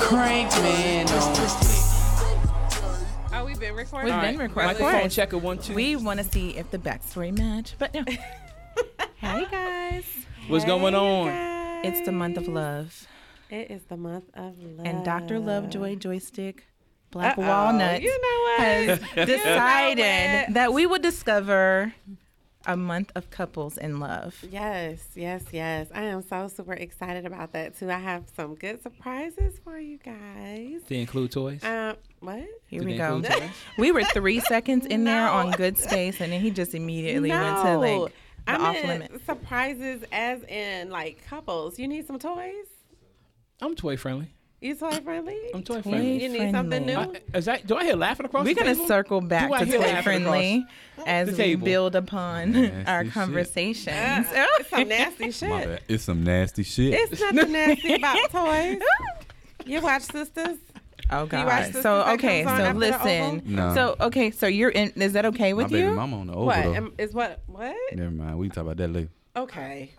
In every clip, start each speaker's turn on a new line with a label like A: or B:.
A: Crank man
B: Oh, we've been recording.
C: We've been
A: My
C: recording.
A: phone checker one two.
C: We want to see if the backstory match, but no.
B: Hey guys,
A: What's going on?
C: it's the month of love,
B: it is the month of love.
C: and Dr. Lovejoy Joystick Black
B: Uh-oh.
C: Walnut
B: Oh, You know
C: has
B: what?
C: decided
B: it.
C: that we will discover a month of couples in love.
B: yes, yes, yes. I am so super excited about that too. I have some good surprises for you guys.
A: They include toys.
B: Um, what?
C: Here
A: Do
C: we
A: they
C: go.
A: include toys?
C: we were three seconds in there
B: No.
C: on good space, and then he just immediately went to like the
B: I
C: off
B: meant
C: limit.
B: surprises as in like couples. You need some toys?
A: I'm toy friendly.
B: You toy friendly?
A: I'm toy
C: Toy
A: friendly.
B: You need something
C: friendly.
B: new?
A: I, is that? Do I hear laughing across?
C: We're
A: the
C: gonna
A: table?
C: circle back
A: Do I
C: to
A: hear
C: Toy
A: laughing
C: Friendly as
A: the
C: we
A: table?
C: build upon our
D: Nasty shit.
C: conversations.
B: Ah, it's Uh, some nasty
D: My
B: shit.
D: bad. It's some nasty shit.
B: It's nothing nasty about toys. You watch Sisters?
C: Oh
B: you watch
C: God!
B: Sisters
C: So
B: that
C: okay,
B: comes on
C: so
B: after the
C: listen.
B: Oval?
D: No.
C: So okay, so you're in. Is that okay
D: My
C: with
D: baby
C: you?
D: mama on the over
B: What?
D: though.
B: Am- Is what? What?
D: Never mind. We can talk about that later.
B: Okay.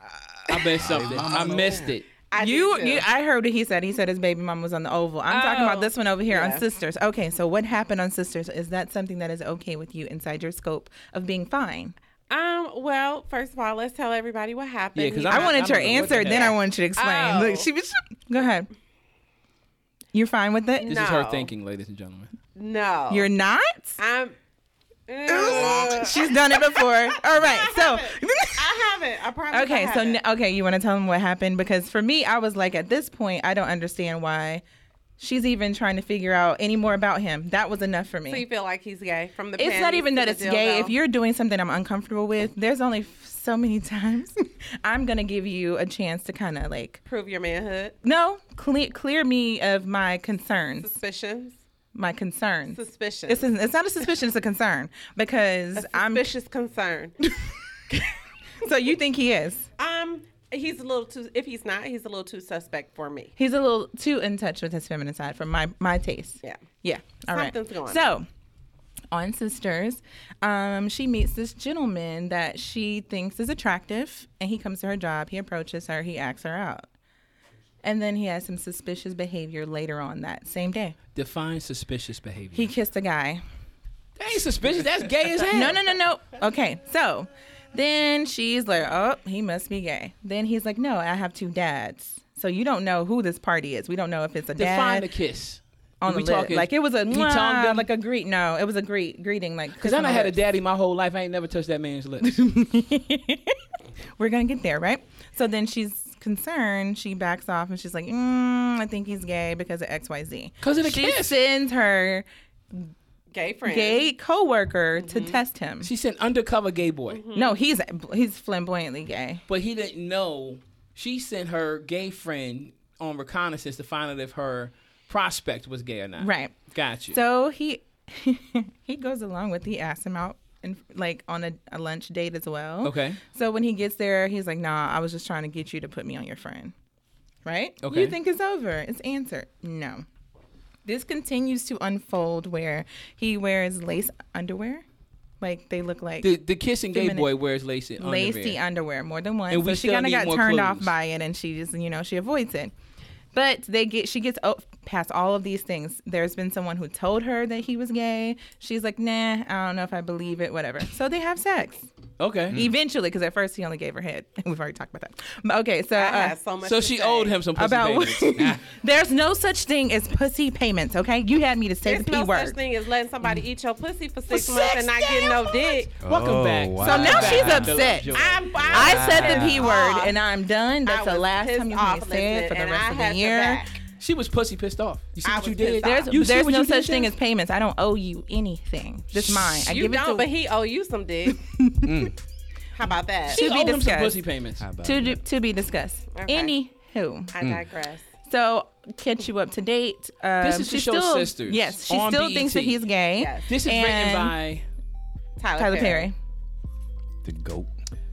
A: I missed something. I missed it.
B: I
C: You,
B: did too.
C: you, I heard what he said. He said his baby mama was on the Oval. I'm talking
B: Oh,
C: about this one over here
B: yeah.
C: on Sisters. Okay, so what happened on Sisters? Is that something that is okay with you inside your scope of being fine?
B: Um. Well, first of all, let's tell everybody what happened.
A: Yeah, 'cause
B: He-
A: I'm-
C: I wanted your
A: don't know what
C: answer,
A: the
C: then I
A: heck.
C: wanted you to explain. Look,
B: Oh.
C: she was. Go ahead. You're fine with it.
A: This is her
B: No.
A: thinking, ladies and gentlemen.
B: no.
C: You're not.
B: I'm. mm, Ugh.
C: She's done it before. All right, so.
B: I haven't. I promise. I
C: Okay, so
B: haven't.
C: n- okay, you want to tell them what happened because for me, I was like, at this point, I don't understand why she's even trying to figure out any more about him. That was enough for me.
B: So you feel like he's gay from the.
C: it's not
B: panties
C: even
B: to
C: that
B: the
C: it's gay.
B: dildo?
C: If you're doing something I'm uncomfortable with, there's only f- so many times I'm gonna give you a chance to kind of like,
B: prove your manhood,
C: no, clear clear me of my concerns,
B: suspicions,
C: my concerns.
B: suspicion,
C: It's, an- it's not a suspicion; it's a concern because I'm.
B: suspicious concern.
C: So you think he is?
B: um, he's a little too. If he's not, he's a little too suspect for me.
C: He's a little too in touch with his feminine side, for my my taste.
B: Yeah.
C: Yeah. all right.
B: Something's going
C: so, on Sisters, um, she meets this gentleman that she thinks is attractive, and he comes to her job. He approaches her. He asks her out, and then he has some suspicious behavior later on that same day.
A: Define suspicious behavior.
C: He kissed a guy.
A: that ain't suspicious. That's gay as hell.
C: No, no, no, no. Okay, so then she's like, "Oh, he must be gay." Then he's like, "No, I have two dads." So you don't know who this party is. We don't know if it's a
A: Define
C: dad
A: the kiss.
C: on the
A: we
C: lip.
A: talking-
C: Like it was a
A: he
C: mwah,
A: tongued him?
C: like a greet. No, it was a greet greeting. Like
A: Cause I done had a daddy my whole life. I ain't never touched that man's lips.
C: We're gonna get there, right? So then she's concerned. She backs off and she's like, mm, "I think he's gay because of X, Y, Z."
A: 'Cause of the
C: she
A: kiss.
C: sends her
B: Gay friend.
C: gay coworker to test him.
A: she sent undercover gay boy,
C: no, he's he's flamboyantly gay.
A: but he didn't know. She sent her gay friend on reconnaissance to find out if her prospect was gay or not.
C: Right.
A: Got you.
C: So he he goes along with. He asks him out and like on a, a lunch date as well.
A: Okay.
C: So when he gets there, he's like, "Nah, I was just trying to get you to put me on your friend." Right?
A: Okay.
C: You think it's over? It's answered. No. This continues to unfold where he wears lace underwear, like they look like
A: the the kissing gay
C: Feminine.
A: boy wears lacy underwear.
C: lacy underwear more than once.
A: And we
C: so she
A: still
C: kind of
A: need
C: got
A: more
C: turned off
A: clues.
C: by it, and she just you know she avoids it. But they get she gets o- past all of these things. There's been someone who told her that he was gay. She's like, nah, I don't know if I believe it. Whatever. So they have sex
A: Okay.
C: eventually, because at first he only gave her head. We've already talked about that. But, okay, so
B: I
C: uh,
B: have so much.
A: So
B: to
A: she
B: say.
A: owed him some pussy
C: about
A: payments.
C: there's no such thing as pussy payments. Okay, you had me to say
B: There's
C: the p
B: no
C: word.
B: such thing as letting somebody eat your pussy for six
A: For
B: months
A: six
B: and not get
A: damn
B: no
A: months.
B: dick.
A: Welcome
D: Oh,
A: back.
D: wow.
C: So now
A: Back
C: she's
A: to
C: upset.
A: Joy.
B: I'm, I'm
C: I said the
B: pissed
C: p word,
B: off.
C: and I'm done. That's
B: I
C: the
B: was
C: last
B: pissed
C: time you
B: off,
C: can say it for the
B: listen,
C: rest
B: and
C: of the
B: I had your
C: year.
B: back.
A: She was pussy pissed off. You see
B: I
A: what you
B: was
A: did?
B: pissed off.
C: There's,
A: you see
C: there's
A: what
C: no
A: you
C: such
A: did
C: thing
A: there?
C: as payments. I don't owe you anything. This mine. I
B: you
C: give it
B: don't,
C: to
B: but he owe you some dick. How about that?
C: She-
A: Just
C: be
A: owe him some
C: discussed.
A: pussy payments.
C: To d- to be discussed.
B: Okay.
C: Anywho,
B: I digress.
C: so catch you up to date. Um,
A: This is to
C: she
A: show
C: still,
A: sisters
C: Yes, she
A: on
C: still thinks that
A: BET.
C: he's gay.
B: Yes.
A: This is
C: And-
A: written by.
B: Tyler,
C: Tyler Perry,
D: The goat.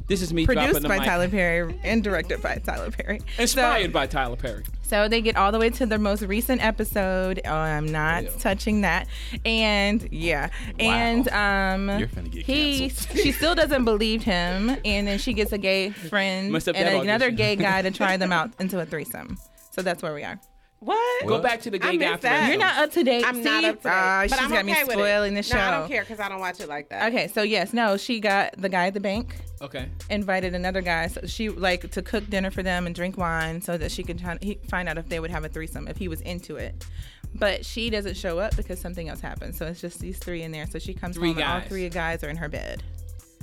A: This is me dropping
C: produced
A: the
C: by
A: mic.
C: Tyler Perry and directed by Tyler Perry.
A: Inspired
C: So-
A: by Tyler Perry.
C: So they get all the way to their most recent episode. Oh, I'm not
A: Ew.
C: touching that. And yeah, and um,
D: You're finna get
C: he
D: canceled.
C: she still doesn't believe him, and then she gets a gay friend
A: Must have that
C: and another
A: audition.
C: gay guy to try them out into a threesome. So that's where we are.
B: What?
A: Go back to the
B: I
A: gay guy.
B: missed that.
A: threesome.
C: You're not up to date.
B: I'm not
C: see?
B: up to date.
C: Aw,
B: but
C: she's
B: I'm
C: got
B: okay
C: me
B: with
C: spoiling
B: it.
C: the show.
B: No, I don't care because I don't watch it like that.
C: Okay, so yes, no, she got the guy at the bank
A: Okay.
C: invited another guy. So she like to cook dinner for them and drink wine so that she could try, he, find out if they would have a threesome if he was into it. But she doesn't show up because something else happens. So it's just these three in there. So she comes
A: Three
C: home and all
A: guys.
C: three guys are in her bed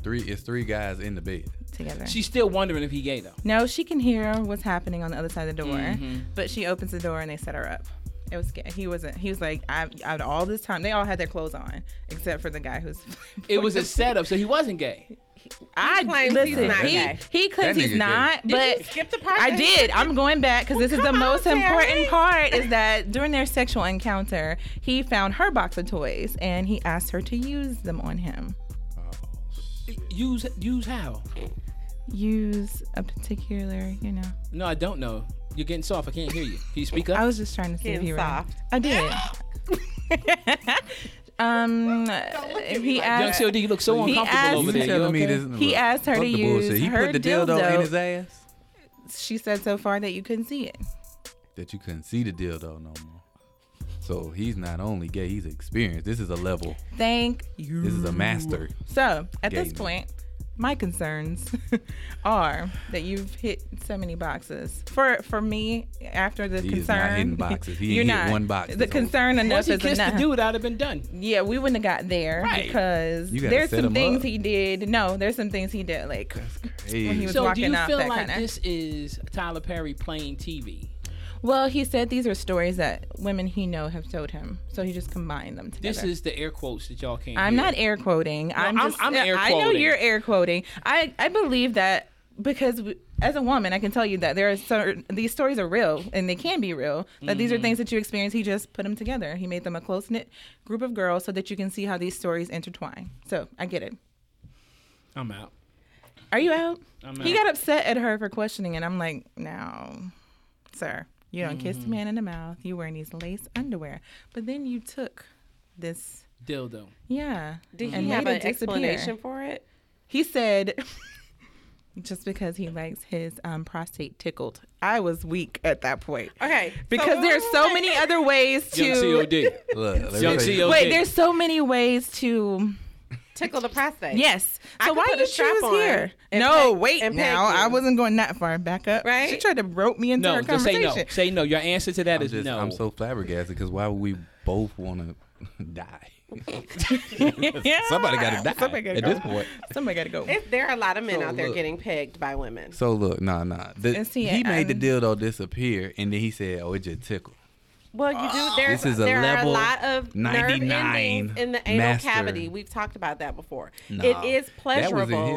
D: Three. It's three guys in the bed.
C: together.
A: She's still wondering if he gay though.
C: no, she can hear what's happening on the other side of the door,
A: Mm-hmm.
C: but she opens the door and they set her up. It was ga- he wasn't. He was like, I, out of all this time, they all had their clothes on except for the guy who's.
A: It was a setup, so he wasn't gay.
C: I
B: claims he's
C: listen.
B: not
C: he
B: gay.
C: he
D: That
C: claims
D: nigga
C: he's
D: gay.
C: not, but
B: you skip the part
C: I
B: that he
C: did. I'm going back because this is the
B: come
C: most
B: on,
C: important
B: Terry.
C: part. Is that during their sexual encounter, he found her box of toys and he asked her to use them on him.
A: Use use how?
C: Use a particular, you know.
A: No, I don't know. You're getting soft. I can't hear you. Can you speak up?
C: I was just trying to see if
B: Getting
C: he were.
B: soft.
C: I did. um, he
A: Young
C: asked.
A: COD, you look so
C: He asked-
A: uncomfortable over
C: You
A: there.
C: telling
A: You okay?
C: He asked her
D: fuck
C: to
D: the bullshit.
C: use
D: He
C: her
D: put the dildo,
C: dildo.
D: in his ass.
C: She said so far that you couldn't see it.
D: That you couldn't see the dildo no more. So he's not only gay, he's experienced. This is a level.
C: Thank you.
D: This is a master.
C: So at
D: Gay
C: this
D: man.
C: point, my concerns are that you've hit so many boxes. For for me, after the
D: He
C: concern,
D: is not hitting boxes. He
C: you're
D: ain't hit
C: not
D: one box
C: The
D: this whole-
C: concern
A: Once
C: enough
A: he
C: is
A: kissed the
C: enough.
A: dude, I'd have been done.
C: Yeah, we wouldn't have got there
A: Right.
C: because
D: You gotta
C: there's
D: set
C: some
D: him
C: things
D: up.
C: he did. No, there's some things he did like.
D: Hey,
C: he was-
A: So do
C: walking
A: you
C: out
A: feel
C: that
A: like
C: kinda-
A: this is Tyler Perry playing TV?
C: Well, he said these are stories that women he know have told him, so he just combined them together.
A: This is the air quotes that y'all can't.
C: I'm
A: hear.
C: not air quoting. I'm,
A: I'm-
C: just,
A: I'm air
C: I know
A: quoting.
C: you're air quoting. I, I believe that because w as a woman, I can tell you that there are certain these stories are real and they can be real. That these
A: Mm-hmm.
C: are things that you experience. He just put them together. He made them a close knit group of girls so that you can see how these stories intertwine. So I get it.
A: I'm out.
C: Are you out?
A: I'm
C: He
A: out.
C: got upset at her for questioning, and I'm like, no, sir, you don't kiss
A: Mm-hmm.
C: the man in the mouth. You wearing these lace underwear, but then you took this.
A: Dildo.
C: Yeah.
B: Did
C: and
B: he have
C: made
B: an
C: it disappear.
B: explanation for it?
C: He said, just because he likes his um, prostate tickled. I was weak at that point.
B: Okay. so
C: Because there's so many other ways
A: Young
C: to.
A: COD.
D: look, let me
A: Young
D: tell you-
A: COD.
C: Wait, there's so many ways to.
B: tickle the prostate.
C: Yes.
B: I
C: So
B: could
C: why
B: put
C: you
B: a strap
C: choose
B: on
C: here?
B: and
C: No,
B: peg-
C: wait
B: and peg
C: now. I
B: you.
C: wasn't going that far back up.
B: Right?
C: She tried to rope me into
A: No,
C: her
A: just say
C: conversation.
A: no. Say no. Your answer to that
D: I'm
A: is
D: just,
A: no.
D: I'm so flabbergasted because why would we both want to die?
C: Yeah.
D: Somebody got to die
C: Somebody gotta
D: at
C: go.
D: this point.
C: Somebody got to go.
B: If there are a lot of men
D: So
B: out there
D: look.
B: getting pegged by women.
D: So look, nah, nah. The-
C: And see,
D: he made the
C: I'm-
D: dildo disappear, and then he said, "Oh, it just tickled."
B: Well, you do. There's,
D: uh, This is a
B: there are a
D: level
B: lot of nerve
D: 99
B: endings in the anal
D: master.
B: cavity. We've talked about that before.
D: Nah,
B: it is pleasurable.
D: That was in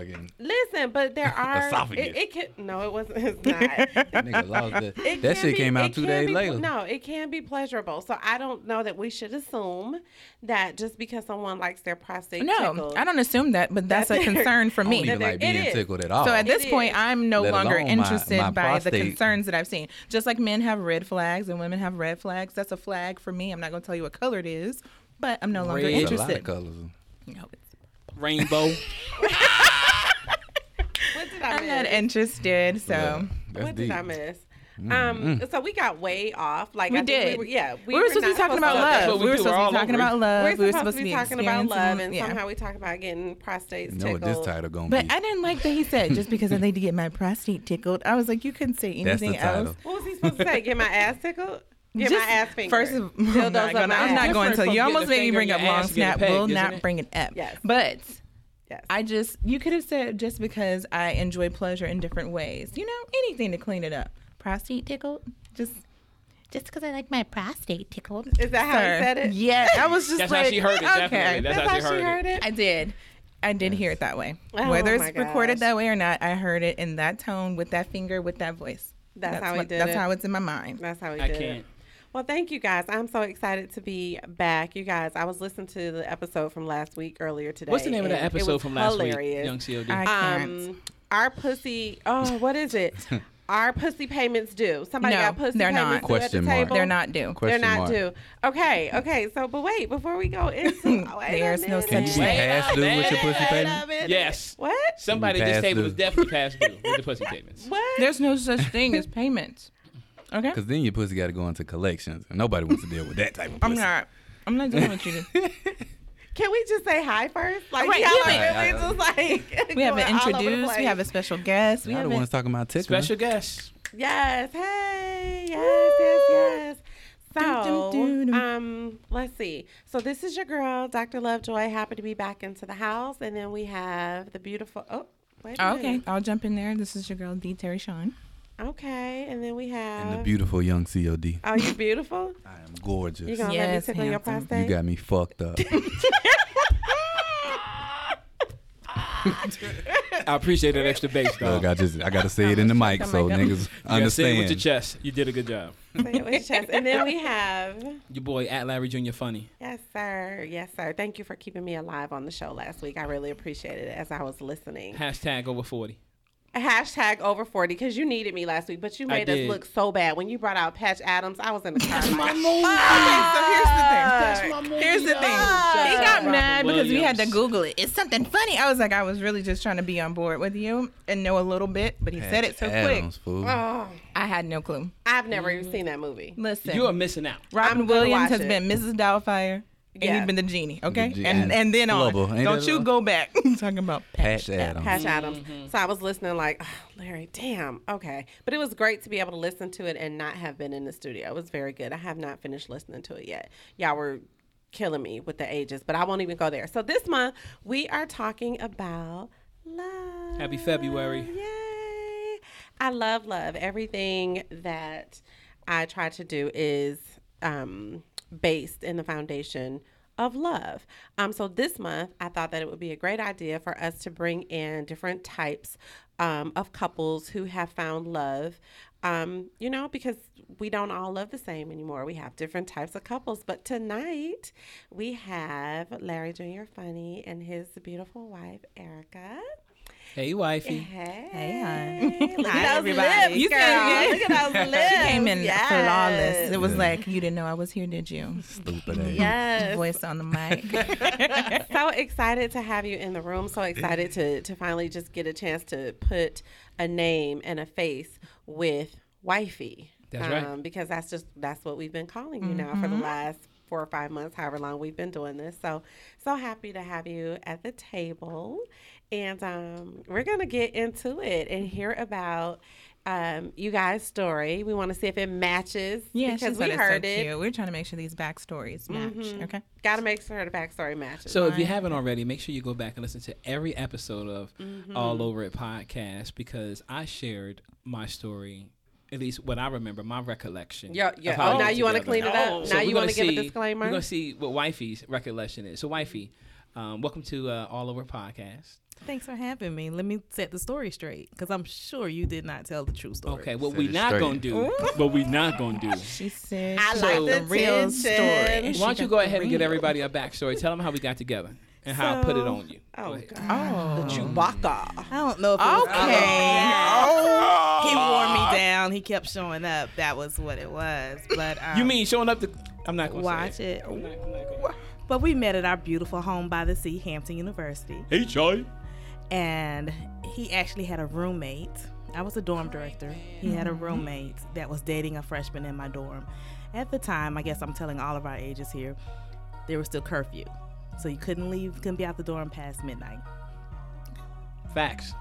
D: his motherfucking
B: Listen, but there are.
D: Esophagus.
B: It, it can. No, it wasn't. It's not.
D: nigga lost that.
B: It can
D: that shit
B: be-
D: came out
B: it
D: two
B: can
D: days
B: be-
D: later.
B: No, it can be pleasurable. So I don't know that we should assume that just because someone likes their prostate
C: no,
B: tickled.
C: I don't assume that, but that's a
B: That they're-
C: concern for
D: I don't
C: me.
D: even
B: that
D: like
B: there- it
D: being
B: is.
D: tickled at all.
C: So at this
B: It
C: point,
B: is.
C: I'm no
D: Oh. Let
C: longer
D: alone my-
C: interested
D: my
C: by the
D: prostate.
C: concerns that I've seen. Just like men have red flags and women have red flags. That's a flag for me. I'm not going to tell you what color it is, but I'm no longer
A: Red.
D: There's a lot of
C: interested.
D: colors.
C: No, it's-
A: Rainbow.
B: What did I
C: I'm not
B: miss?
C: interested. So
D: Yeah, that's
B: What did I
D: deep. Mm-hmm.
B: miss? Um, so we got way off. Like
C: we
B: I think
C: did.
B: we were, yeah,
C: we, were supposed to be
B: not
C: talking about
A: to- That's
C: love.
A: what
C: We,
A: we
C: were
A: do.
C: supposed
A: We're
C: to
A: all
C: be talking
A: over it.
C: about love.
B: We're
C: we
B: supposed, to be, talking about love,
C: experiencing-
B: and
C: yeah.
B: somehow we talk about getting prostates
D: You know what
B: tickled.
D: this title gonna
C: But
D: be?
C: I didn't like that he said just because I need to get my prostate tickled. I was like, you couldn't say
D: That's the
C: anything
D: title.
C: else.
B: What was he supposed to say? Get my ass tickled? Get
C: Just-
B: my ass fingered.
C: First of all, I'm
B: Dildos
C: not,
B: up
C: gonna,
B: my
C: I'm not going
B: ass.
A: Different
C: to.
A: from
C: You almost
A: getting a
C: made me
A: finger
C: bring
A: in
C: up
A: your
C: long
A: ass to get a
C: snap.
A: peg,
C: Will
A: isn't
C: not
A: it?
C: bring it up.
B: Yes.
C: But
B: Yes.
C: I just, you could have said just because I enjoy pleasure in different ways. You know, anything to clean it up. Prostate tickled. Just. Just because I like my prostate tickled.
B: Is that how he
C: Sir.
B: said it?
C: Yeah, I was just
A: That's
C: like,
A: how she heard it.
C: Okay,
A: Definitely. That's,
B: That's how she heard it.
C: I did. I did hear it that way.
B: Oh,
C: Whether it's
B: my
C: recorded
B: gosh.
C: that way or not, I heard it in that tone, with that finger, with that voice.
B: That's how we
C: what-
B: did
C: That's
B: it.
C: how it's in my mind.
B: That's how we
A: I
B: did
A: can't.
B: it. Well, thank you guys. I'm so excited to be back. You guys, I was listening to the episode from last week earlier today.
A: What's the name of that
B: and it
A: episode
B: was
A: from last
B: hilarious.
A: week? Young COD.
C: I can't.
B: Um, our pussy. Oh, what is it? our pussy payments due. Somebody
C: No,
B: got pussy
C: they're not.
B: payments due at the
D: Question mark.
B: table?
C: They're not due.
D: Question
B: they're not
D: mark.
B: due. Okay, okay. So, but wait, before we go into
C: There's no
D: Can you
C: such
D: be
C: Wait
D: past due with your pussy payment?
A: yes.
B: What?
A: Somebody at this
D: Past
A: table
D: due.
A: is definitely past due with the pussy payments.
B: What?
C: There's no such thing as payments. Okay.
D: Because then your pussy got to go into collections, and nobody wants to deal with that type of pussy.
C: I'm not. I'm not doing what you do.
B: Can we just say hi first? Like,
C: Right,
B: y'all
C: yeah,
B: are
D: but-
B: really just like
C: We haven't
B: going all over the
C: introduced. We
B: place.
C: have a special guest. We
D: Y'all the
C: haven't.
D: ones talking about tickling.
A: Special guest.
B: Yes. Hey. Yes. Yes. Yes. So,
C: dum, dum.
B: um, let's see. So this is your girl, Dr. Lovejoy. Happy to be back into the house, and then we have the beautiful. Oh, wait a
C: Oh, okay,
B: minute.
C: I'll jump in there. This is your girl D Terry Sean.
B: Okay, and then we have.
D: And the beautiful young COD.
B: oh, you beautiful.
D: I am
B: You
D: gorgeous.
B: gonna let me
C: Yes,
B: tickle your
C: handsome.
D: You
B: prostate?
D: got me fucked up.
A: I appreciate that extra bass,
D: Look,
A: dog.
D: I just I gotta say it in the mic so
C: God.
D: niggas
A: You gotta say it with your
D: understand.
A: chest. You did a good job.
B: Say it with your chest. And then we have.
A: Your boy at Larry Jr. Funny.
B: Yes, sir. Yes, sir. Thank you for keeping me alive on the show last week. I really appreciated it as I was listening.
A: Hashtag over forty.
B: Hashtag over 40 because you needed me last week, but you made us
A: did.
B: look so bad. When you brought out Patch Adams, I was in the car. That's
A: my movie.
C: Okay,
B: That's my
C: so Ah, here's the thing. Here's the thing. He got mad because we had to Google it. It's something funny. I was like, I was really just trying to be on board with you and know a little bit, but he said it so Oh,
D: Adams, fool.
C: quick. I had no clue.
B: I've never even seen that movie.
C: Listen,
A: You are missing out.
C: Robin
B: I'm gonna
C: Williams
B: watch
C: has
B: it.
C: been Mrs. Doubtfire. And
B: Yeah.
C: he's been the genie, okay?
D: The genie.
C: And and then on.
D: Global, ain't
C: Don't
D: that
C: you
D: a-
C: go back talking about
D: Patch Adams.
B: Patch Adams. So I was listening, like, oh, Larry, damn, okay. But it was great to be able to listen to it and not have been in the studio. It was very good. I have not finished listening to it yet. Y'all were killing me with the ages, but I won't even go there. So this month, we are talking about love.
A: Happy February.
B: Yay. I love love. Everything that I try to do is um, based in the foundation of love. Um, so this month, I thought that it would be a great idea for us to bring in different types um, of couples who have found love. Um, you know, because we don't all love the same anymore. We have different types of couples. But tonight we have Larry Jr. Funny and his beautiful wife, Erica.
A: Hey, wifey.
B: Hey.
C: Hey,
B: Look
C: Hi,
B: at those
C: everybody.
B: lips,
C: You
B: girl.
C: said-
B: Look at those lips.
C: She came in
B: Yes.
C: flawless. It was like, you didn't know I was here, did you?
D: Stupid ass.
B: Yes.
C: Voice on the mic.
B: so excited to have you in the room. So excited to to finally just get a chance to put a name and a face with wifey. Um,
A: That's right.
B: Because that's just that's what we've been calling you now for the
C: Mm-hmm.
B: last four or five months, however long we've been doing this. So so happy to have you at the table, and um, we're gonna get into it and hear about. Um, you guys' story. We want to see if it matches.
C: Yeah,
B: because
C: she's
B: we heard it.
C: Cute. We're trying to make sure these backstories
E: Mm-hmm.
C: match. Okay.
B: Got to make sure the backstory matches.
A: So if you haven't already, make sure you go back and listen to every episode of
B: Mm-hmm.
A: All Over It podcast because I shared my story, at least what I remember, my recollection.
B: Yeah, yeah.
A: of how
B: Oh,
A: it
B: now
A: was
B: you wanna
A: together.
B: clean it up? Now
A: we're
B: you
A: gonna
B: wanna give a
A: see-
B: disclaimer?
A: We're gonna see what wifey's recollection is. So wifey, um, welcome to uh, All Over It podcast.
E: Thanks for having me. Let me set the story straight because I'm sure you did not tell the true story.
A: Okay, what
D: Set
A: we
D: it
A: not
D: straight.
A: gonna do, what we not gonna do.
C: She said
B: I
C: she
B: like
C: got
B: the
C: real
B: tension.
C: story.
A: Why don't you go ahead and give everybody a backstory? Tell them how we got together and how I put it on you.
B: Oh, God.
C: Oh.
B: Chewbacca.
E: I don't know if it was-
C: Okay.
E: he wore
A: Uh,
E: me down. He kept showing up. That was what it was. But um,
A: You mean showing up to? I'm not gonna
E: watch
A: say
E: it?
A: I'm not- I'm not gonna-
E: But we met at our beautiful home by the sea, Hampton University,
A: Hey, Charlie.
E: and he actually had a roommate. I was a dorm director. He had a
A: Mm-hmm.
E: roommate that was dating a freshman in my dorm. At the time, I guess I'm telling all of our ages here, there was still curfew, so you couldn't leave, couldn't be out the dorm past midnight.
A: Facts.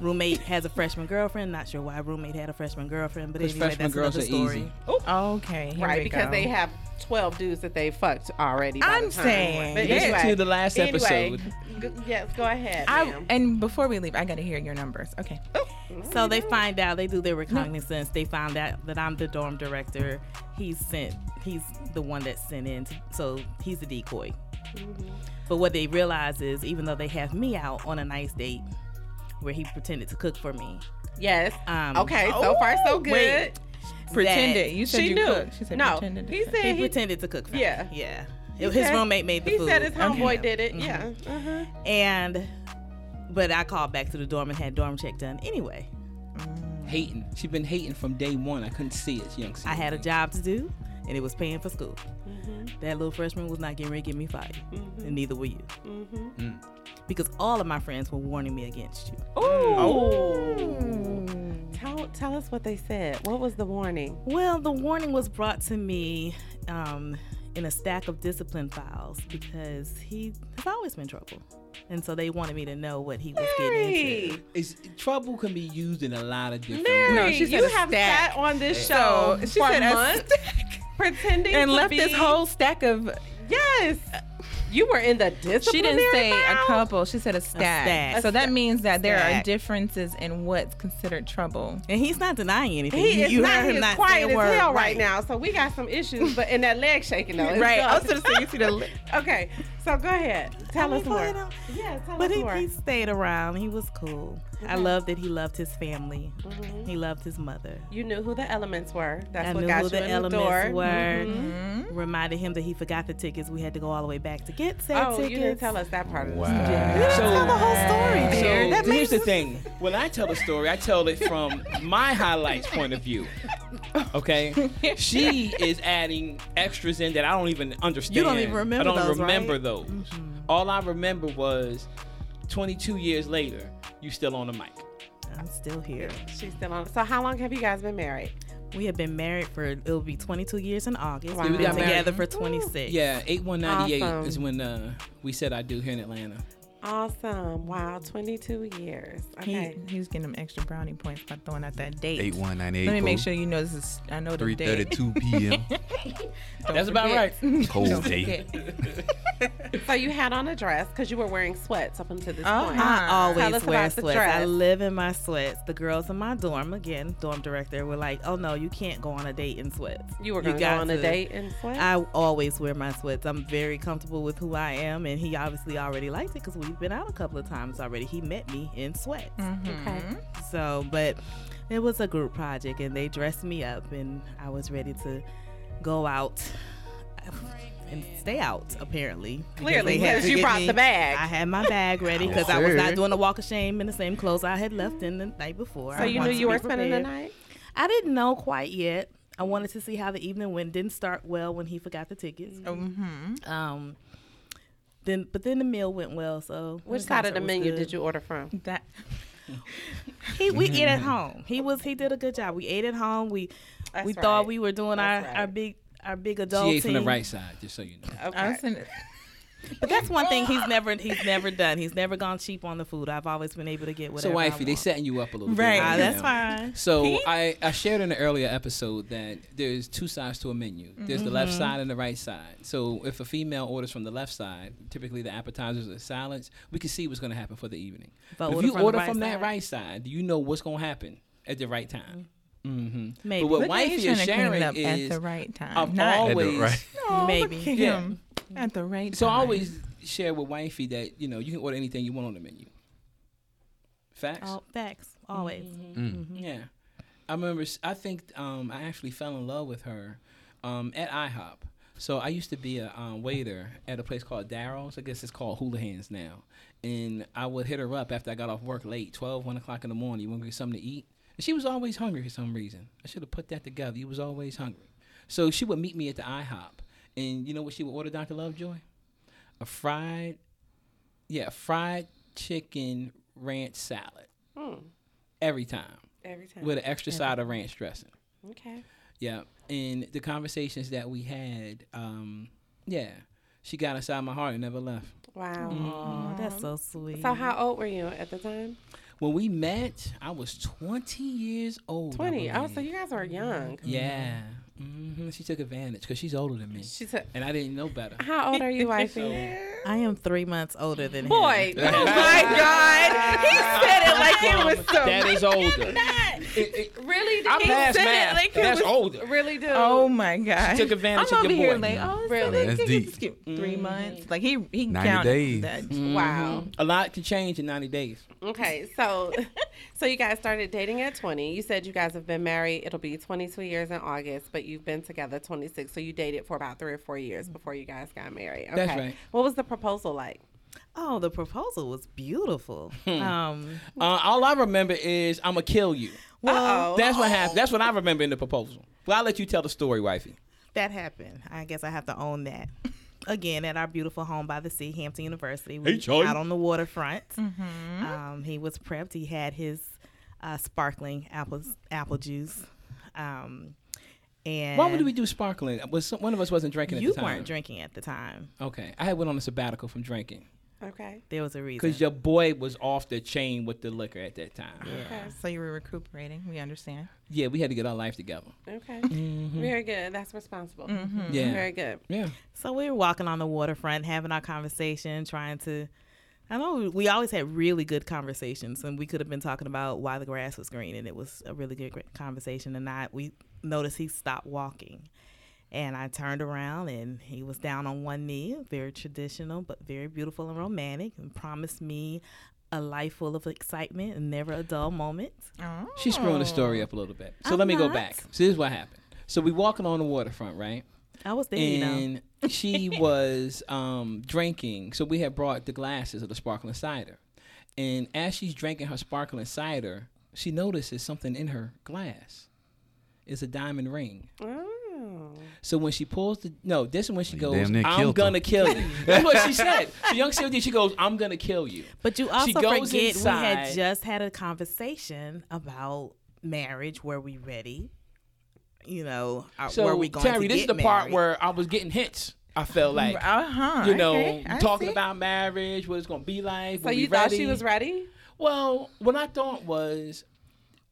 E: roommate has a freshman girlfriend. Not sure why roommate had a freshman girlfriend, but
A: 'Cause
E: anyway,
A: freshman
E: that's
A: girls are
E: another story.
A: easy.
C: Okay. Here
B: Right,
C: we
B: because
C: go.
B: they have 12 dudes that they fucked already. By
C: I'm
B: the time.
C: saying,
B: But
A: listen
B: anyway,
A: to the last
B: anyway,
A: episode.
B: g- yes, go ahead.
C: I,
B: ma'am.
C: and before we leave, I got to hear your numbers. Okay.
E: So they find out they do their reconnaissance. They find out that I'm the dorm director. He's sent. He's the one that sent in. To, so he's the decoy.
B: Mm-hmm.
E: But what they realize is, even though they have me out on a nice date where he pretended to cook for me,
B: Yes.
E: Um,
B: okay. So far, so good.
E: wait.
C: Pretended.
E: that
C: oh, You said
B: she
C: you
B: knew.
C: cooked. She said
B: no.
C: pretended. to
B: He
C: cook.
B: said
E: he,
B: he,
E: pretended to cook for
B: Yeah.
E: me. Yeah.
B: he
E: It- his
B: said-
E: roommate made the
B: he
E: food.
B: said his homeboy
E: Okay.
B: did it.
C: Mm-hmm.
E: Mhm.
B: Yeah. Uh-huh.
E: And, but I called back to the dorm and had dorm check done anyway.
A: Hating. She's been hating from day one. I couldn't see it, young.
E: I had a job to do, and it was paying for school.
B: Mm-hmm.
E: That little freshman was not getting ready to get me fired, and neither were you.
B: Mm-hmm.
E: Because all of my friends were warning me against you.
B: Oh. Tell, tell us what they said. What was the warning?
E: Well, the warning was brought to me um, in a stack of discipline files because he has always been trouble, and so they wanted me to know what he was getting into.
B: Mary,
A: It's, trouble can be used in a lot of different
B: Mary,
A: ways.
C: No, she said
B: you
C: a
B: have
C: stack.
B: sat on this show
C: she
B: for
C: said a
B: months, pretending
C: and
B: to
C: left
B: be,
C: this whole stack of.
B: Yes, you were in the discipline.
C: She didn't say a couple. She said a stack.
E: stack.
C: So
E: A
C: that means that there are
E: Stack.
C: differences in what's considered trouble.
E: And he's not denying anything.
B: He
E: you
B: is
E: you
B: not,
E: heard
B: he
E: him
B: is
E: not say
B: quiet
E: a
B: as
E: word.
B: hell right. now, so we got some issues. But in that leg shaking though, it's
C: Right. I
B: good.
C: was gonna say, you see the li-
B: okay, so go ahead. Tell
E: I
B: us
E: mean,
B: more.
E: but I don't-
B: Yeah, tell
E: But
B: us
E: he,
B: more.
E: he stayed around. He was cool.
B: Mm-hmm.
E: I love that he loved his family. He loved his mother.
B: You knew who the elements were. That's
E: I
B: what
E: knew
B: got
E: who
B: you
E: the
B: in
E: elements
B: the door. Mm-hmm.
E: were. Reminded him that he forgot the tickets. We had to go all the way back to get said
B: Oh,
E: tickets.
B: you didn't tell us that part of the story.
D: Wow.
A: So-
E: Tell the whole story,
A: So
E: Jared. that
A: here's
E: makes
A: the thing. When I tell the story, I tell it from my highlights point of view. Okay, she is adding extras in that I don't even understand.
E: even remember
A: I don't
E: those,
A: remember
E: right? Mm-hmm.
A: those. All I remember was 22 years later, you still on the mic.
E: I'm still here.
B: She's still on. So how long have you guys been married?
E: We have been married for it'll be 22 years in August.
B: Wow.
E: We've
B: We
E: been
A: got married.
E: together for 26.
A: Yeah, 8198
B: Awesome.
A: is when uh, we said I do here in Atlanta.
B: Awesome. Wow, 22 years.
C: He,
B: Okay.
C: he was getting them extra brownie points by throwing out that date.
D: Eight one nine eight.
C: Let me make sure you know this is. I know the
D: Three
C: date.
D: thirty-two p.m.
A: That's about right.
D: Cold day.
B: So you had on a dress because you were wearing sweats up until this point.
E: Oh, I
B: Tell
E: always
B: us
E: wear
B: about the
E: sweats. I
B: dress.
E: live in my sweats. The girls in my dorm, again, dorm director, were like, "Oh no, you can't go on a date in sweats.
B: You were going to go
E: got
B: on a
E: to-
B: date in sweats.
E: I always wear my sweats. I'm very comfortable with who I am, and he obviously already liked it because we've been out a couple of times already. He met me in sweats.
B: Mm-hmm. okay.
E: So, but it was a group project, and they dressed me up, and I was ready to go out and stay out. Apparently, because
B: Clearly,
E: they had
B: because
E: to
B: you
E: get
B: brought
E: me-
B: the bag.
E: I had my bag ready because I was not doing a walk of shame in the same clothes I had left in the night before.
B: So
E: I
B: you knew
E: wanted to
B: you
E: be
B: were spending the
E: prepared.
B: night?
E: I didn't know quite yet. I wanted to see how the evening went. Didn't start well when he forgot the tickets.
B: Oh, mm-hmm.
E: Um, then, but then the meal went well. So
B: Which side of the menu did you order from?
C: That
E: He we ate at home. He was he did a good job. We ate at home. We we
B: That's
E: thought
B: right.
E: we were doing our,
B: That's
E: our
B: right.
E: big our big
A: She
E: adult
A: ate from the
E: team.
A: right side, just so you know.
C: I
B: Okay.
C: was in.
E: But that's one thing he's never he's never done. He's never gone cheap on the food. I've always been able to get whatever.
A: So, wifey, they
E: I want.
A: setting you up a little
C: Right.
A: bit.
E: Ah,
A: right
E: that's
A: now.
E: fine.
A: So I, I shared in an earlier episode that there's two sides to a menu. There's the
E: Mm-hmm.
A: left side and the right side. So if a female orders from the left side, typically the appetizers are salads, we can see what's going to happen for the evening. But if
E: order
A: you
E: from the
A: order
E: right
A: from that
E: side?
A: right side, you know what's going to happen at the right time. Mm-hmm.
E: Maybe.
A: But what
C: Look how
A: wifey
C: he's trying
A: is
C: to clean it
A: sharing
C: up
A: is
C: at the right time.
A: I'm
C: Not
D: At
A: always
D: the right.
C: Oh,
E: Maybe.
C: look at
A: Yeah.
C: him. at the right.
A: so I
C: time.
A: always share with wifey that you know you can order anything you want on the menu. Facts.
E: All, facts always.
A: Yeah. I remember, s- I think um, I actually fell in love with her um, at IHOP. So I used to be a um, waiter at a place called Darrow's. I guess it's called Houlihan's now. And I would hit her up after I got off work late, 12, 1 o'clock in the morning. You want to get something to eat? And she was always hungry for some reason. I should have put that together. You was always hungry. So she would meet me at the IHOP. And you know what she would order, Dr. Lovejoy? A fried, yeah, fried chicken ranch salad. Every time
B: Every time.
A: with an extra side of ranch dressing.
B: Okay.
A: Yeah, and the conversations that we had, um, yeah, she got inside my heart and never left.
B: Wow.
E: Oh, that's so sweet.
B: Mm. So how old were you at the time?
A: When we met, I was 20 years old. I
B: 20. Oh, so
A: believe.
B: you guys were young.
A: Yeah. hmm She took advantage because she's older than me,
B: She said,
A: and I didn't know better.
B: how old are you, wifey?
E: I am three months older than him.
B: Boy, oh my God.
E: He said it like
A: from
B: was so-
A: that is older. It- it-
B: Really?
A: I'm
B: He
A: past
B: said it
A: math.
B: like it
A: That's
B: was-
A: older.
B: Really do.
C: Oh my god!
A: took advantage
C: I'm
A: of
C: over
A: your
C: here
A: boy.
C: like, oh,
B: Really?
C: really?
D: That's deep.
C: Three months. Like he he
D: 90
C: counted
D: days.
C: that.
B: Wow.
A: A lot can change in 90 days.
B: Okay, so so you guys started dating at 20. You said you guys have been married. It'll be 22 years in August, but you've been together 26. So you dated for about three or four years before you guys got married.
A: Mm-hmm.
B: Okay.
A: That's right.
B: What was the proposal like?
E: Oh, the proposal was beautiful.
A: Hmm.
E: um,
A: Uh, all I remember is I'm gonna kill you.
E: well,
B: Oh,
A: That's what happened. That's what I remember in the proposal. Well, I'll let you tell the story, wifey.
E: that happened. I guess I have to own that. Again, at our beautiful home by the sea, Hampton University. We
A: Hey, Charlie.
E: Out on the waterfront.
A: Mm-hmm.
E: Um, he was prepped. He had his uh, sparkling apple apple juice. Um, and
A: Why would we do sparkling? Was some, one of us wasn't drinking
E: You
A: at the time?
E: weren't drinking at the time.
A: Okay, I had went on a sabbatical from drinking
B: okay.
E: There was a reason.
A: because your boy was off the chain with the liquor at that time. Yeah.
C: So you were recuperating. We understand.
A: we had to get our life together.
B: Okay.
A: Mm-hmm.
B: Very good. That's responsible.
E: Mm-hmm.
A: Yeah.
B: Very good.
A: Yeah,
E: So we were walking on the waterfront, having our conversation, trying to. I know we always had really good conversations, and we could have been talking about why the grass was green, and it was a really good great conversation. And I we noticed he stopped walking, and I turned around, and he was down on one knee, very traditional but very beautiful and romantic, and promised me a life full of excitement and never a dull moment.
A: she's screwing the story up a little bit. So let me go
E: not.
A: back. So this is what happened. So we walking on the waterfront, right?
E: I was there, you know.
A: and she was um, drinking. So we had brought the glasses of the sparkling cider, and as she's drinking her sparkling cider, she notices something in her glass. It's a diamond ring.
B: Oh.
A: So when she pulls the no, this is when she
D: You
A: goes,
D: damn near
A: "I'm
D: killed
A: gonna
D: him."
A: kill you." That's what she said. So young CLD, she goes, "I'm gonna kill you."
E: But you also
A: She goes
E: forget we
A: inside.
E: had just had a conversation about marriage. Were we ready? You know, are,
A: So
E: were we going
A: Terry,
E: to
A: this
E: get
A: is the part
E: married?
A: where I was getting hits. I felt like.
B: Mm,
C: Uh
B: uh-huh,
C: huh.
A: You know, talking about marriage, what it's gonna be like.
B: So you thought she was ready?
A: Well, what I thought was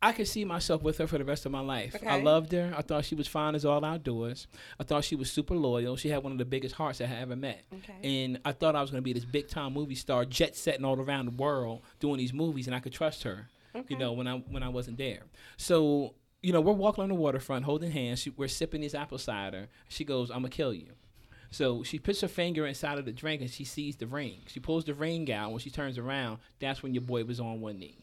A: I could see myself with her for the rest of my life. I
B: Okay.
A: loved her. I thought she was fine as all outdoors. I thought she was super loyal. She had one of the biggest hearts I had ever met.
B: Okay.
A: And I thought I was going to be this big time movie star, jet setting all around the world, doing these movies, and I could trust her. You know, when I when I wasn't there. So you know, we're walking on the waterfront, holding hands. She, we're sipping this apple cider. She goes, "I'm gonna kill you." So she puts her finger inside of the drink and she sees the ring. She pulls the ring out. When she turns around, that's when your boy was on one knee.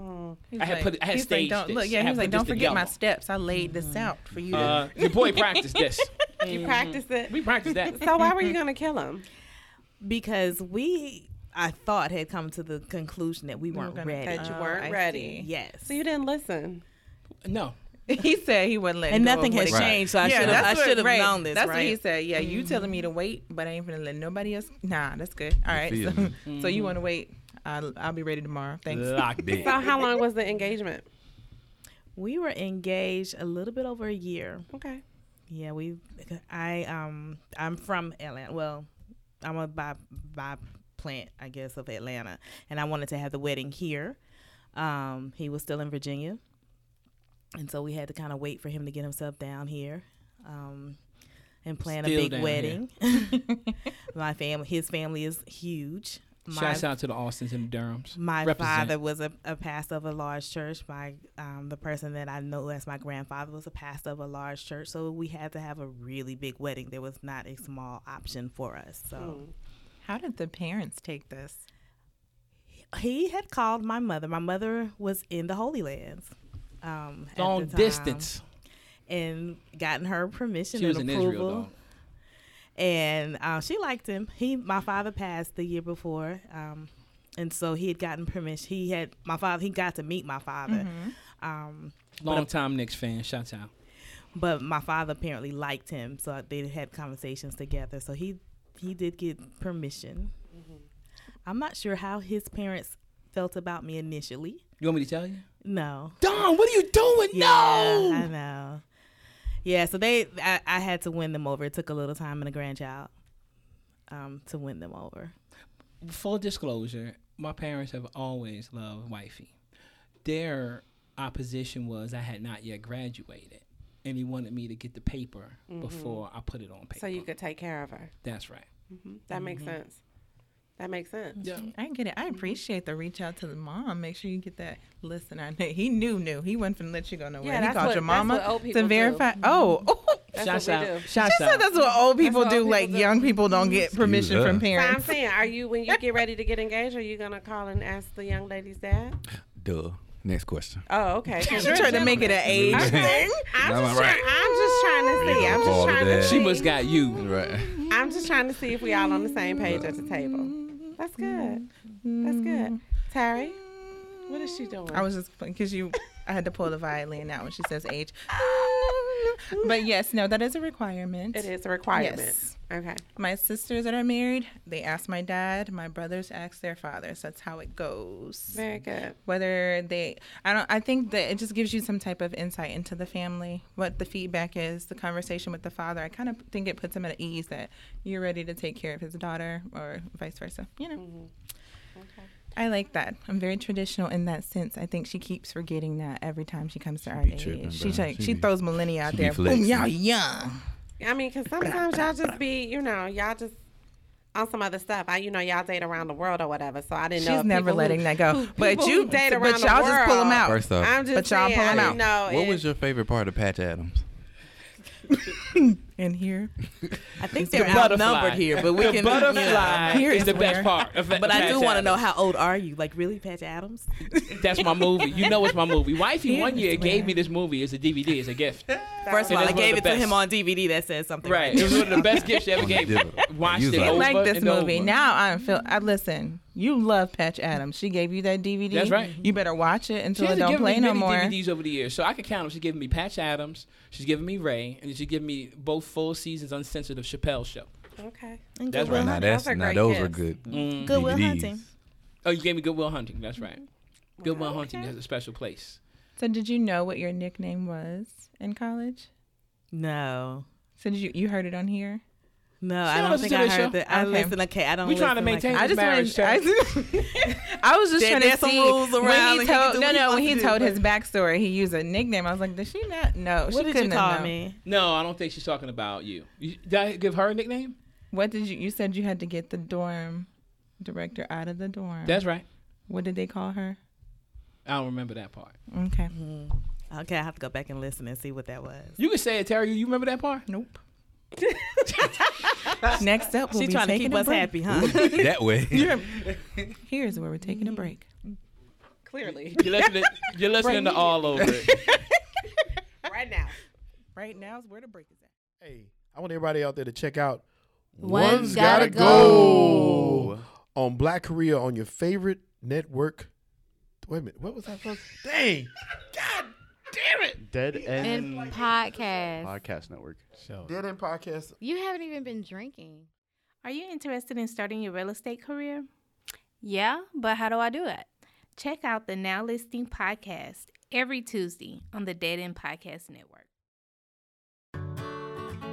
B: Oh.
A: I had put it- I had staged
C: like, don't, Look,
A: this.
C: yeah,
A: I
C: he
A: had
C: was like,
A: put this
C: don't forget my
A: together."
C: steps. I laid this out for you. to-
A: Uh, your boy practiced this.
B: You practiced it.
A: Mm-hmm. We practiced that.
B: So why were you gonna kill him?
E: because we, I thought, had come to the conclusion that we weren't
C: gonna-
E: ready.
C: that
B: You
C: Oh,
B: weren't
C: I
B: ready.
E: yes,
B: So you didn't listen.
A: No.
C: he said he wouldn't let.
E: and
C: go of
E: nothing
C: what
E: has
C: he-
D: Right.
E: changed. So I
C: Yeah,
E: should have, I
C: that's what-
E: should have
C: right.
E: known this.
C: That's
E: right?
C: what he said. Yeah, you telling me to wait, but I ain't gonna let nobody else. Nah, that's good. All right, so,
D: feel me?
C: so you want to wait? I'll, I'll be ready tomorrow. Thanks.
A: Locked
D: Dick.
B: So how long was the engagement?
E: We were engaged a little bit over a year.
B: Okay.
E: Yeah, we. I um, I'm from Atlanta. Well, I'm a by by plant, I guess, of Atlanta, and I wanted to have the wedding here. Um, he was still in Virginia, and so we had to kind of wait for him to get himself down here, um, and plan
A: Still
E: a
A: down
E: big wedding. My family, his family is huge. My
A: Shouts out to the Austins and the Durhams.
E: my
A: Represent.
E: father was a, a pastor of a large church. My um, the person that I know as my grandfather was a pastor of a large church. So we had to have a really big wedding. There was not a small option for us. So
A: Hmm.
C: How did the parents take this?
E: he had called my mother. My mother was in the Holy Lands. Um, at the
A: Long
E: time
A: distance.
E: and gotten her permission
A: She
E: and
A: was in
E: approval.
A: Israel, dog.
E: and uh, she liked him. He, my father, passed the year before, um, and so he had gotten permission. He had my father. He got to meet my father.
A: Mm-hmm.
E: Um,
A: Long time Knicks fan. Shouts out.
E: but my father apparently liked him, so they had conversations together. So he he did get permission. I'm not sure how his parents felt about me initially.
A: You want me to tell you?
E: No,
A: Don, what are you doing?
E: yeah,
A: no.
E: I know. Yeah, so they I, I had to win them over. It took a little time and a grandchild um, to win them over.
A: full disclosure, my parents have always loved wifey. Their opposition was I had not yet graduated, and he wanted me to get the paper before I put it on paper.
B: So you could take care of her.
A: That's right.
B: That makes sense. That makes sense.
A: Yeah.
C: I get it. I appreciate the reach out to the mom. Make sure you get that listener. name. He knew, knew. He wasn't finna let you go nowhere.
F: Yeah,
C: he
F: that's
C: called
F: what-
C: your
F: that's
C: mama
F: what old
C: to
F: people do.
C: verify. Oh,
F: That's
A: Shouts
F: what we
A: out.
F: do.
A: Shouts
C: she said
A: out.
C: that's what old people
F: what
C: do.
F: old people
C: like
F: do. Mm-hmm.
C: young people don't get permission from
D: us.
B: So I'm
C: parents.
B: saying, are you when you get ready to get engaged, are you gonna call and ask the young lady's dad?
D: Duh. Next question.
B: Oh, okay. 'cause
C: She
B: you're a
C: trying to make it an age thing.
B: I'm
D: Am I
B: just, try-
D: right?
B: I'm just trying to see. I'm just
D: All of
B: trying to.
D: that.
A: She must got you.
D: Right.
B: I'm just trying to see if we all on the same page at the table. That's good. That's good. Terry, what is she doing?
C: I was just because you. I had to pull the violin out when she says age. But yes, no, that is a requirement.
B: it is a requirement.
C: Yes.
B: Okay.
C: My sisters that are married, they ask my dad. My brothers ask their fathers. That's how it goes.
B: Very good.
C: whether they i don't i think that it just gives you some type of insight into the family what the feedback is the conversation with the father i kind of think it puts him at ease that you're ready to take care of his daughter or vice versa you know
B: Mm-hmm.
C: i like that i'm very traditional in that sense i think she keeps forgetting that every time she comes to our
D: be
C: age
D: tripping,
C: she's
D: bruh.
C: like
D: She
C: she,
D: be-
C: throws millennia out
D: she be
C: there boom
D: flexing.
C: y'all young
B: I mean, because sometimes y'all just be, you know, y'all just on some other stuff. I, you know, y'all date around the world or whatever. So I didn't know.
C: she's
B: if
C: never
B: people who-
C: letting that go
B: who-
C: but
B: people
C: you
B: who date
C: but
B: around the
C: y'all just pull them
B: world.
C: out
D: First off,
B: I'm just
C: But y'all
B: saying,
C: pull 'em
B: I
C: out.
B: didn't know.
D: what
B: if-
D: was your favorite part of Patch Adams?
C: in here
E: I think
A: The
E: they're
A: butterfly.
E: outnumbered here, but we
A: the
E: can.
A: butterfly
E: Here
A: is the best part. Of
E: But I do
A: Patch
E: want to know
A: Adams.
E: how old are you? Like really, Patch Adams?
A: That's my movie. You know it's my movie. Wifey one year gave me this movie as a DVD, as a gift.
E: First of
A: And
E: all, I
A: it's one of
E: gave
A: the
E: it to him
A: best.
E: on DVD. That says something.
A: Right. It was one of the best gifts she ever gave me. Watched
D: You
A: it
D: like-
A: over
C: like this
A: and
C: movie.
A: over.
C: Now I'm feel. I listen. You love Patch Adams. She gave you that DVD.
A: That's right.
C: You better watch
A: She
C: it until it
A: hasn't
C: don't
A: given
C: play
A: me
C: no
A: many
C: more.
A: DVDs over the years, so I can count them. She's given me Patch Adams, she's given me Ray, and she's given me both full seasons uncensored of Chappelle's show.
B: Okay.
A: That's
C: Oh,
A: right.
D: Now that's
B: Those are
D: now
B: great
D: those were
B: gifts.
D: good.
A: Mm.
E: Goodwill
D: DVDs.
E: Hunting.
A: Oh, you gave me Goodwill Hunting. That's right. Goodwill Hunting has a special place.
C: So did you know what your nickname was in college?
E: No.
C: So did you you heard it on here?
E: No,
A: don't
E: I don't
A: listen
E: think
A: to
E: I
A: this
E: heard
A: show.
E: that. I
C: Okay.
E: listen. Okay, I don't.
A: We trying to
E: listen,
A: maintain
E: Like,
C: I
A: His
C: just
A: marriage
C: wanted, I, I was just
E: There-
C: trying to
E: there's some
C: see
E: rules around
C: when he
E: and he
C: told
E: can do
C: no
E: what he
C: no when
E: wants
C: he
E: to do,
C: told
E: but-
C: his backstory he used a nickname. I was like, did she not? No, she
E: what did
C: couldn't
E: you
C: have
E: call
C: known.
E: me?
A: No, I don't think she's talking about you. you did I give her a nickname?
C: What did you? You said you had to get the dorm director out of the dorm.
A: That's right.
C: what did they call her?
A: I don't remember that part.
C: Okay.
E: Okay, I have to go back and listen and see what that was.
A: You can say it, Terry. You remember that part?
C: Nope. Next up, we'll
E: She's
C: be
E: trying to
C: taking
E: keep
C: a
E: us
C: break.
E: happy, huh?
D: that way.
C: Here's where we're taking a break.
B: Clearly,
A: You're listening. You're listening to all over it.
B: right now.
C: Right now is where the break is at.
G: Hey, I want everybody out there to check out
F: One's
G: Gotta
F: Gotta Go.
G: Go on Black Korea on your favorite network. Wait a minute, what was that? First? Dang, God damn it!
H: Dead
F: And
H: End
F: podcast.
H: Podcast Network.
G: Dead End Podcast.
F: You haven't even been drinking.
I: Are you interested in starting your real estate career?
F: Yeah, but how do I do it?
I: Check out the Now Listing podcast every Tuesday on the Dead End Podcast Network.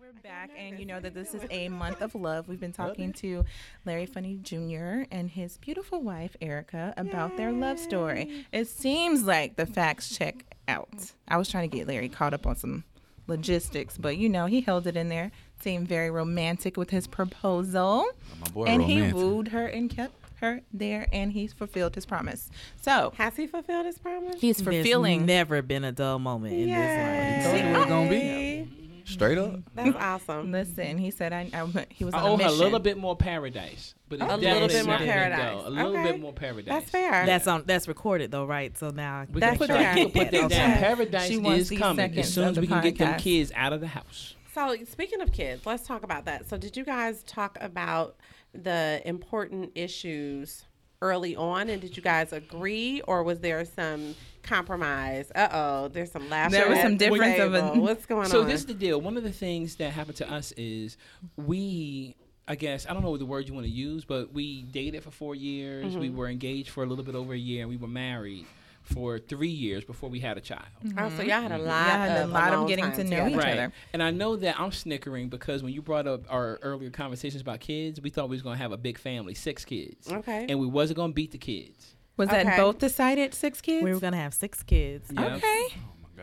C: We're back, and you know that this is a month of love. We've been talking to Larry Funny Jr. and his beautiful wife, Erica, about their love story. It seems like the facts check out. I was trying to get Larry caught up on some logistics, but you know, he held it in there. Seemed very romantic with his proposal.
D: My boy
C: and he
D: romantic.
C: wooed her and kept her there, and he fulfilled his promise. So,
B: Has he fulfilled his promise?
C: he's
E: There's
C: fulfilling.
E: never been a dull moment in this
D: Told
E: life.
D: you it was gonna be straight up.
B: That's awesome.
C: Listen, he said I, I he was on
A: I
C: a
A: owe her a
C: mission.
A: little bit more paradise, but it's
B: A little
A: definitely
B: bit more
A: not gonna go.
B: paradise.
A: A little
B: Okay.
A: bit more paradise.
B: That's fair.
E: That's on. That's recorded though, right? So now
A: We can
B: That's
A: put
B: fair.
A: that, we can put that down.
B: Okay.
A: Paradise
C: She wants
A: is
C: these
A: coming
C: seconds
A: as soon
C: of
A: as
C: the
A: we can get them
C: podcast.
A: kids out of the house.
B: So speaking of kids, let's talk about that. So did you guys talk about the important issues early on, and did you guys agree, or was there some compromise? Uh oh, there's some laughter.
C: There was
B: at
C: some
B: the
C: difference of a-
B: table. What's going
A: so
B: on?
A: this is the deal. One of the things that happened to us is we I guess I don't know what the word you want to use, but we dated for four years. We were engaged for a little bit over a year, and we were married for three years before we had a child.
B: Oh, so y'all had a lot
C: had a
B: of
C: lot of
B: long
C: getting
B: time
C: to know each
B: together.
A: Right.
C: other.
A: And I know that I'm snickering because when you brought up our earlier conversations about kids, we thought we was gonna have a big family, six kids.
B: Okay.
A: And we wasn't gonna beat the kids.
C: Was
B: Okay.
C: that both decided six kids?
E: We were gonna have six kids,
A: Yeah.
C: okay.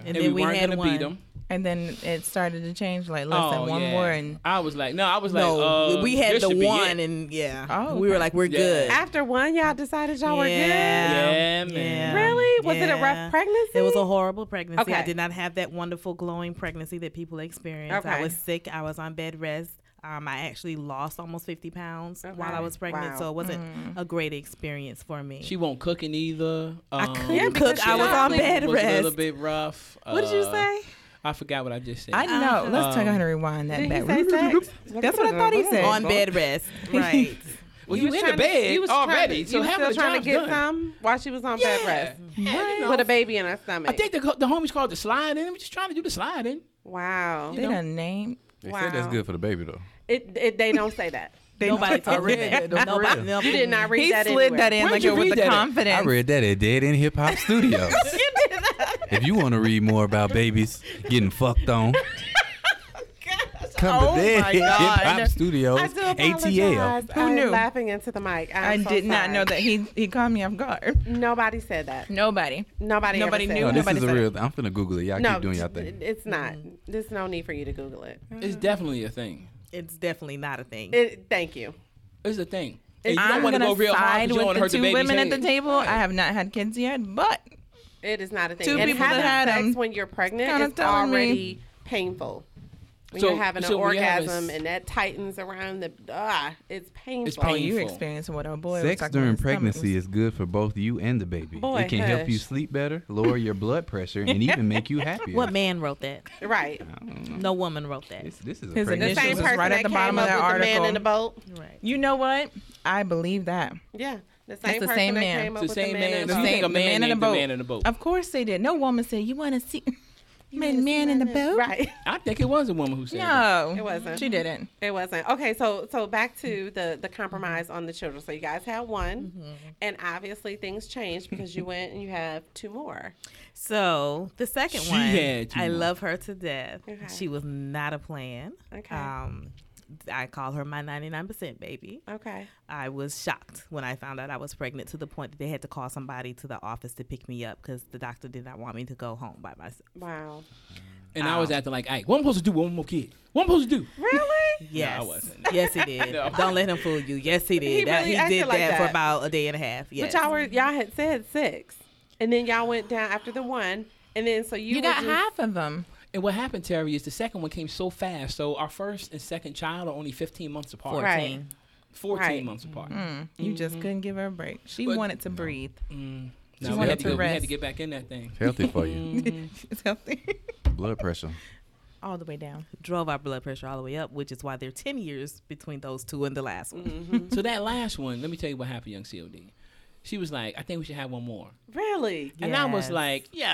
E: and,
A: And,
E: then
A: we,
E: we,
A: weren't
E: had
A: gonna
E: one.
A: beat them.
C: And then it started to change like less
A: oh,
C: than one
A: yeah.
C: more and
A: I was like, no, I was like,
E: no,
A: uh,
E: we
A: this
E: had the
A: should be it.
E: one, and yeah,
C: Oh,
E: we were
C: okay.
E: like, we're
A: Yeah.
E: good.
B: After one, y'all decided y'all
E: Yeah.
A: Yeah, man.
E: Yeah.
B: were good. Really? Was it a
E: Yeah.
B: rough pregnancy?
E: It was a horrible pregnancy. I
B: Okay.
E: did not have that wonderful glowing pregnancy that people experience. I
B: Okay.
E: was sick. I was on bed rest. Um, I actually lost almost 50 pounds while I
B: Okay.
E: was pregnant,
B: Wow. Mm.
E: so it wasn't a great experience for me.
A: She won't cooking either. Um, I
E: couldn't Yeah, because cook. she I was on probably- bed
A: was a little
E: rest.
A: bit rough.
E: what did you
A: Uh,
E: say?
A: I forgot what I just said.
C: I know. Let's take
A: Um,
C: on to rewind that
B: Did he
C: back.
B: say sex?
C: That's what I thought he said.
E: On bed rest, right?
A: well, you,
B: was
A: in
B: trying
A: the
B: to-
A: bed
B: you was trying to-
A: already, so
B: you was
A: half
B: still
A: of the
B: trying to
A: job's done.
B: get some while she was on bed rest
A: Yeah, you know.
B: with a baby in her stomach.
A: I think the, the homies called it the sliding. I'm just trying to do the sliding.
B: wow.
C: They done named.
D: They said that's
B: Wow.
D: good for the baby though.
B: It, it they don't say that.
E: Nobody told me that. Nobody.
B: You did not read
C: He
B: that.
C: slid
B: anywhere.
C: that in
A: Where'd
C: like
A: you
C: it was
A: read
C: the
A: that at?
D: I
C: confidence.
D: read that at Dead End Hip Hop Studios. if you want to read more about babies getting fucked on, come
C: Oh
D: to Dead
C: my
D: End Hip Hop
C: God.
D: Studios,
B: I do
D: ATL.
B: apologize.
C: Who
B: I'm
C: knew?
B: laughing into the mic. I'm
C: I
B: so
C: did not
B: sorry.
C: know that he he caught me off guard.
B: Nobody said that.
C: Nobody.
B: Nobody.
C: Nobody
B: ever said
C: knew.
D: No,
B: that.
D: this
C: Nobody
D: is a
C: said
D: real. I'm finna Google it. Y'all keep doing y'all
B: it-
D: thing.
B: it's not.
C: Mm-hmm.
B: There's no need for you to Google it.
A: It's definitely a thing.
E: It's definitely not a thing.
B: it thank you.
A: It's a thing. And you
C: I'm
A: don't want to
C: gonna
A: go real hard 'cause
C: side
A: you
C: with
A: don't want to
C: the
A: hurt the
C: two
A: baby's
C: women at the
A: head.
C: table. I have not had kids yet, but
B: It is not a thing.
C: Two
B: and
C: people
B: having
C: that had
B: sex
C: 'em
B: when you're pregnant
C: kinda
B: is
C: telling me-
B: already painful. When
A: So-
B: you're having an
A: so when you have a s-
B: orgasm and that tightens around the ah, it's painful.
C: oh, you
A: Painful.
C: experienced what our boy was
D: Sex
C: talking about
D: during
C: his stomach
D: pregnancy
C: was-
D: is good for both you and the baby.
B: Boy,
D: it can help you
B: hush.
D: sleep better, lower your blood pressure, and even make you happier.
E: What man wrote that?
B: Right.
A: Mm.
E: No woman wrote that.
D: This, this is a
C: His
D: pregnancy.
B: The
C: This
B: same
C: was
B: person
C: right at
B: that
C: the
B: came
C: bottom of
B: up
C: that
B: with the man in
C: article.
B: the boat.
E: Right.
C: You know what? I believe that.
B: Yeah. The same
C: the
B: person
C: same
B: that
C: man.
B: came up
A: It's
B: with
A: the same
B: the man. in
A: man.
B: the
A: You
B: boat.
A: think a
C: The man
A: man
C: in the
A: named the
C: boat.
A: man in the boat.
C: Of course they did. No woman said you want to see man man in the boat.
B: Right.
A: I think it was a woman who said that.
C: No,
B: It wasn't.
C: She didn't.
B: It wasn't. Okay, so so back to the the compromise on the children. So you guys had one and obviously things changed because you went and you have two more.
E: So the second
A: She
E: one,
A: had you
E: I
A: on.
E: love her to death.
B: Okay.
E: She was not a plan.
B: Okay.
E: Um, I call her my ninety nine percent baby.
B: Okay.
E: I was shocked when I found out I was pregnant to the point that they had to call somebody to the office to pick me up because the doctor did not want me to go home by myself.
B: Wow.
A: And I was acting like, hey, what am I supposed to do? with One more kid. What am I supposed to do?
B: Really?
E: Yes,
A: wasn't.
E: yes, he did.
A: No.
E: Don't let him fool you. Yes, he did.
B: He
E: That-
B: really
E: he
B: acted
E: did
B: like
E: that, for
B: that.
E: about a day and a half. Yes,
B: But y'all were y'all had said six. And then y'all went down after the one. And then so you,
C: You,
B: were
C: got
B: just-
C: half of them.
A: And what happened, Terry, is the second one came so fast. So our first and second child are only 15 months apart.
E: fourteen. Mm.
B: Right.
A: 14
B: Right.
A: months apart.
B: Mm-hmm.
C: You just couldn't give her a break. She
A: But-
C: wanted to breathe.
A: Now we
C: wanted
A: had, to
C: to
A: go, we had
C: rest.
A: to get back in that thing.
D: Healthy for you.
C: It's healthy.
D: blood pressure.
C: All the way down.
E: Drove our blood pressure all the way up, which is why there are ten years between those two and the last one.
A: So that last one, let me tell you what happened, young COD. She was like, I think we should have one more.
B: Really?
A: And I was
E: Yes.
A: like, yo.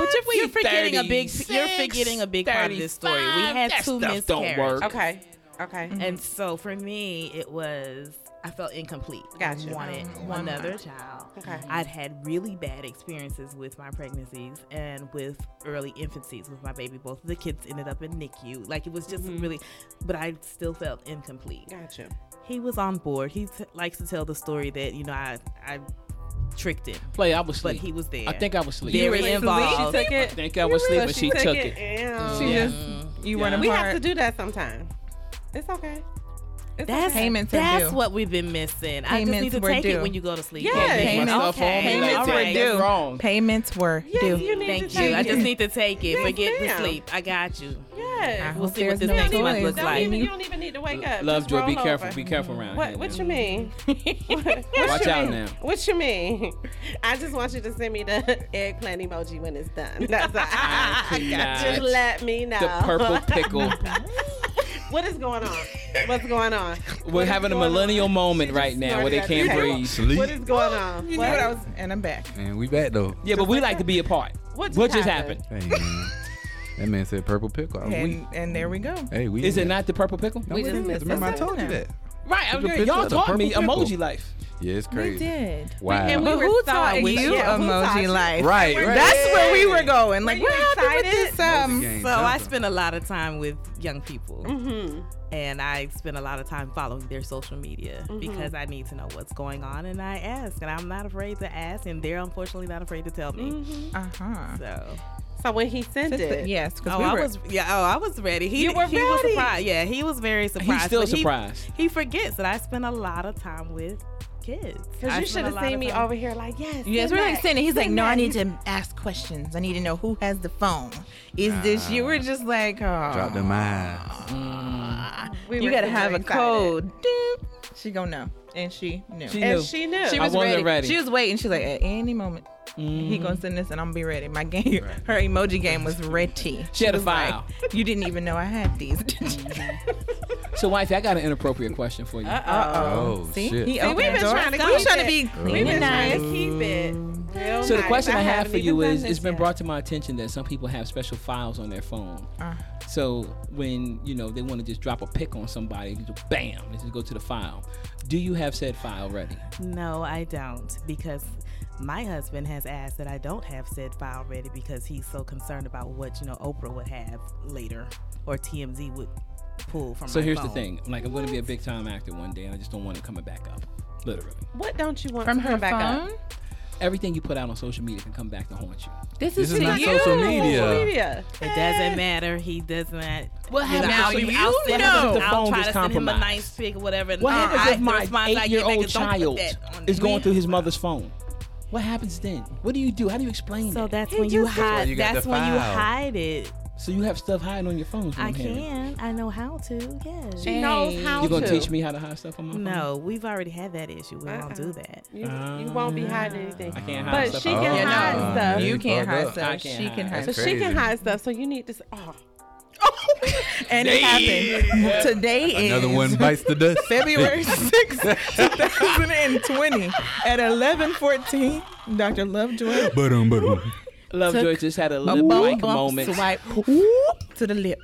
E: But you're, you're forgetting a big. You're
A: 36,
E: forgetting a big part of this story. We
A: 35,
E: had
A: that
E: two
A: stuff don't
E: miscarriages,
A: work.
B: Okay. Okay.
E: and so for me, it was I felt incomplete.
B: Gotcha. Oh,
E: I wanted another child.
B: Okay.
E: I'd had really bad experiences with my pregnancies and with early infancies with my baby. Both of the kids ended up in NICU. Like it was just
B: Mm-hmm.
E: really, but I still felt incomplete
B: Gotcha.
E: he was on board. He t- likes to tell the story that you know I I tricked him,
A: Play, I was
E: but
A: sleeping.
E: he was there.
A: I think I was sleeping.
E: very involved.
B: Took
A: I
B: it.
A: think I was sleeping. She took it.
B: Ew.
C: She just you
A: Yeah.
C: weren't
B: We
C: apart.
B: have to do that sometime. It's okay. It's
E: That's
B: okay.
C: Payments are
E: That's
C: due.
E: what we've been missing. I just need
C: Payments
E: to
C: were
E: take it
C: due.
E: when you go to sleep.
B: Yeah,
E: baby.
B: Take
C: Payments,
B: myself
C: okay.
B: on me
C: payments
A: like
C: were
A: that.
C: due.
A: That's wrong.
C: Payments were
B: Yes,
C: due.
B: you need
E: Thank
B: to take
E: you. I
B: it.
E: just need to take it.
B: Yes,
E: Forget
B: ma'am.
E: the sleep. I got you.
B: Yes.
E: We'll
C: hope
E: see what
C: there's
E: this
C: no
E: next
C: toys.
E: one looks
B: Don't
E: like.
B: even, you don't even need to wake up.
A: Love,
B: Just
A: Joy, be
B: roll
A: careful.
B: over.
A: Be careful around
B: What
A: here.
B: What
A: now.
B: you mean? What you
A: Watch out
B: mean?
A: now.
B: What you mean? I just want you to send me the eggplant emoji when it's done. That's all.
A: I could not.
B: Just let me know.
A: The purple pickle.
B: What is going on? What's going on?
A: We're having a millennial moment right now where they
B: snorted
A: can't
B: at the table.
A: breathe.
D: Sleep.
B: What is going on?
C: You know what I was and I'm back.
D: And we back though.
A: Yeah, but we like to be apart.
B: What
A: What
B: just
A: just
B: happened?
A: happened?
D: Hey, man. that man said purple pickle. I was weak.
C: And and there we go.
D: Hey, we.
A: Is it not the purple pickle?
D: No, we
E: just missed
D: Remember, I told you
C: something.
D: that.
A: Right. I
D: Took a
A: was,
D: picture
A: y'all
D: of the
A: taught
D: purple
A: me
D: pickle.
A: emoji life.
D: Yeah, it's
C: We
D: crazy.
C: did.
D: Wow.
B: And we
C: But
B: were
C: who
B: so
C: taught
B: with-
C: you
B: yeah, who taught
C: emoji
B: you?
C: life?
D: Right, right.
C: That's where we were going. Like,
E: you
C: we're happy with
E: excited?
C: this. Um,
D: Emoji game.
E: So I
D: Jumper.
E: spend a lot of time with young people.
B: Mm-hmm.
E: And I spend a lot of time following their social media because I need to know what's going on and I ask. And I'm not afraid to ask, and they're unfortunately not afraid to tell me.
B: Mm-hmm.
C: uh huh.
E: So,
B: So when he sent it,
C: Yes, because
E: oh,
C: we
E: I
C: were.
E: was, yeah, oh, I was ready. He,
C: You were
E: he was
C: ready.
E: surprised. Yeah, he was very surprised.
A: still
E: but he-
A: surprised.
E: He, forgets that I spend a lot of time with kids.
B: because
E: I
B: you should
E: spend a
B: have
E: lot
B: seen
E: of
B: me
E: time-
B: over here like, yes,
C: Yes,
B: send
C: we're like
B: that,
C: saying it. He's like,
B: send
C: no, I
B: that."
C: need to ask questions. I need to know who has the phone. Is this you?
A: Ah.
C: We're just like, oh,
D: Drop the mind.
B: We
C: you
B: were
C: gotta
B: super
C: have a
B: excited.
C: code. Doop. She gonna know, and she knew.
A: She
B: And
A: knew.
B: she knew.
C: She
A: I
C: was
A: wasn't
C: ready.
A: ready. Mm.
C: She was waiting. She's like, at any moment, he gonna send this, and I'm gonna be ready. My game, her emoji game was ready.
A: She had a
C: was like,
A: file. Mm-hmm.
C: you didn't even know I had these.
A: So, wifey, I got an inappropriate question for you.
D: Oh,
C: See,
D: shit. Oh,
C: he opened
B: we've
C: the
B: been
C: door.
B: trying to
C: We're
B: keep
C: trying to
B: it.
C: be
B: We've
C: clean and
B: been trying
C: nice.
B: to keep it. Real
A: So the
B: nice.
A: question I, have
B: haven't
A: for
B: even
A: you
B: done
A: is:
B: this
A: It's been
B: yet.
A: brought to my attention that some people have special files on their phone.
B: Uh.
A: So when you know they want to just drop a pic on somebody, you just bam, they just go to the file. Do you have said file ready?
E: No, I don't, because my husband has asked that I don't have said file ready because he's so concerned about what you know Oprah would have later or TMZ would pull from.
A: So
E: my
A: here's the
E: phone.
A: thing: like I'm going to be a big time actor one day, and I just don't want it coming back up. Literally,
B: What don't you want
C: From
B: to come
C: her
B: back up?
C: phone.
A: everything you put out on social media can come back to haunt you.
C: This
D: This
C: is,
D: is
C: to
D: not
C: you.
D: social
B: Social
D: media.
B: media.
E: It doesn't matter. He does not.
A: What happens
E: I'll,
A: if
E: be-
A: you
E: I'll send
A: know?
E: him-
A: The
E: I'll
A: phone
E: try
A: is
E: to send him a
A: compromised.
E: nice pic, whatever.
A: What
E: no, Uh, I- the
A: happens if
E: response I
A: my
E: get back
A: eight-year-old
E: is, "Don't put
A: child
E: that on
A: is
E: the
A: going through
E: media."
A: his mother's phone? What happens then? What do you do? How do you explain
E: So
A: that?
E: that's when you hide.
D: you got
E: that's
D: the
E: when you
D: file.
E: hide it.
A: So you have stuff hiding on your phone. is what
E: I
A: I'm hearing.
E: can. I know how to. Yes.
B: She knows how
A: You
B: to.
A: gonna teach me how to hide stuff on my phone?
E: No, we've already had that issue. We
B: Uh-uh.
E: don't do that.
B: You, you won't be hiding anything.
A: I can't hide
B: But
A: stuff.
B: she
A: on
B: can
A: my
D: Oh,
A: phone.
B: hide
D: no.
B: stuff.
D: Yeah,
C: You
D: you
C: can't
D: fucked
C: hide
D: up.
A: I
C: stuff.
A: can't
C: She can
A: hide.
C: hide
B: So
C: stuff.
D: That's
B: she can
D: Crazy.
B: hide stuff. So you need to. s- Oh,
C: And it happened. Today is
D: Another one bites the dust.
C: February 6, 2020 at 11:14. Dr. Lovejoy
D: Ba-dum, ba-dum.
A: Lovejoy just had a little mic moment.
C: swipe whoop, to the lip.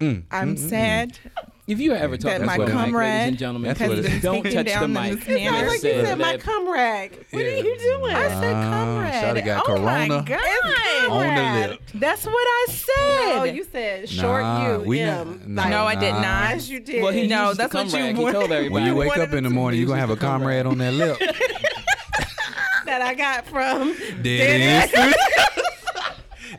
D: Mm,
C: I'm sad.
A: If you ever talk
C: That
A: about the
C: my
A: mic, ladies
C: comrade
A: and gentlemen,
D: That's what it is.
A: don't touch the
C: down in
A: mic.
C: the snare.
A: Just
C: Like you
A: say
C: said,
A: that.
C: my comrade.
D: What are you doing? I said Comrade. Ah, got
C: oh my
D: corona
C: God.
D: on the lip.
C: That's what I said.
B: oh, you said short
D: Nah,
B: you,
D: we
B: M.
D: not- nah,
C: no, I did
D: nah.
C: not.
B: Yes, you did.
A: well, he
C: No,
A: used
C: that's
A: the
C: what you
A: comrade. He
C: want.
A: told everybody.
D: When you wake
C: wanted
D: up in the
C: to
D: morning, you're going to have a comrade on that lip.
B: that I got from.
D: Dead end. stu-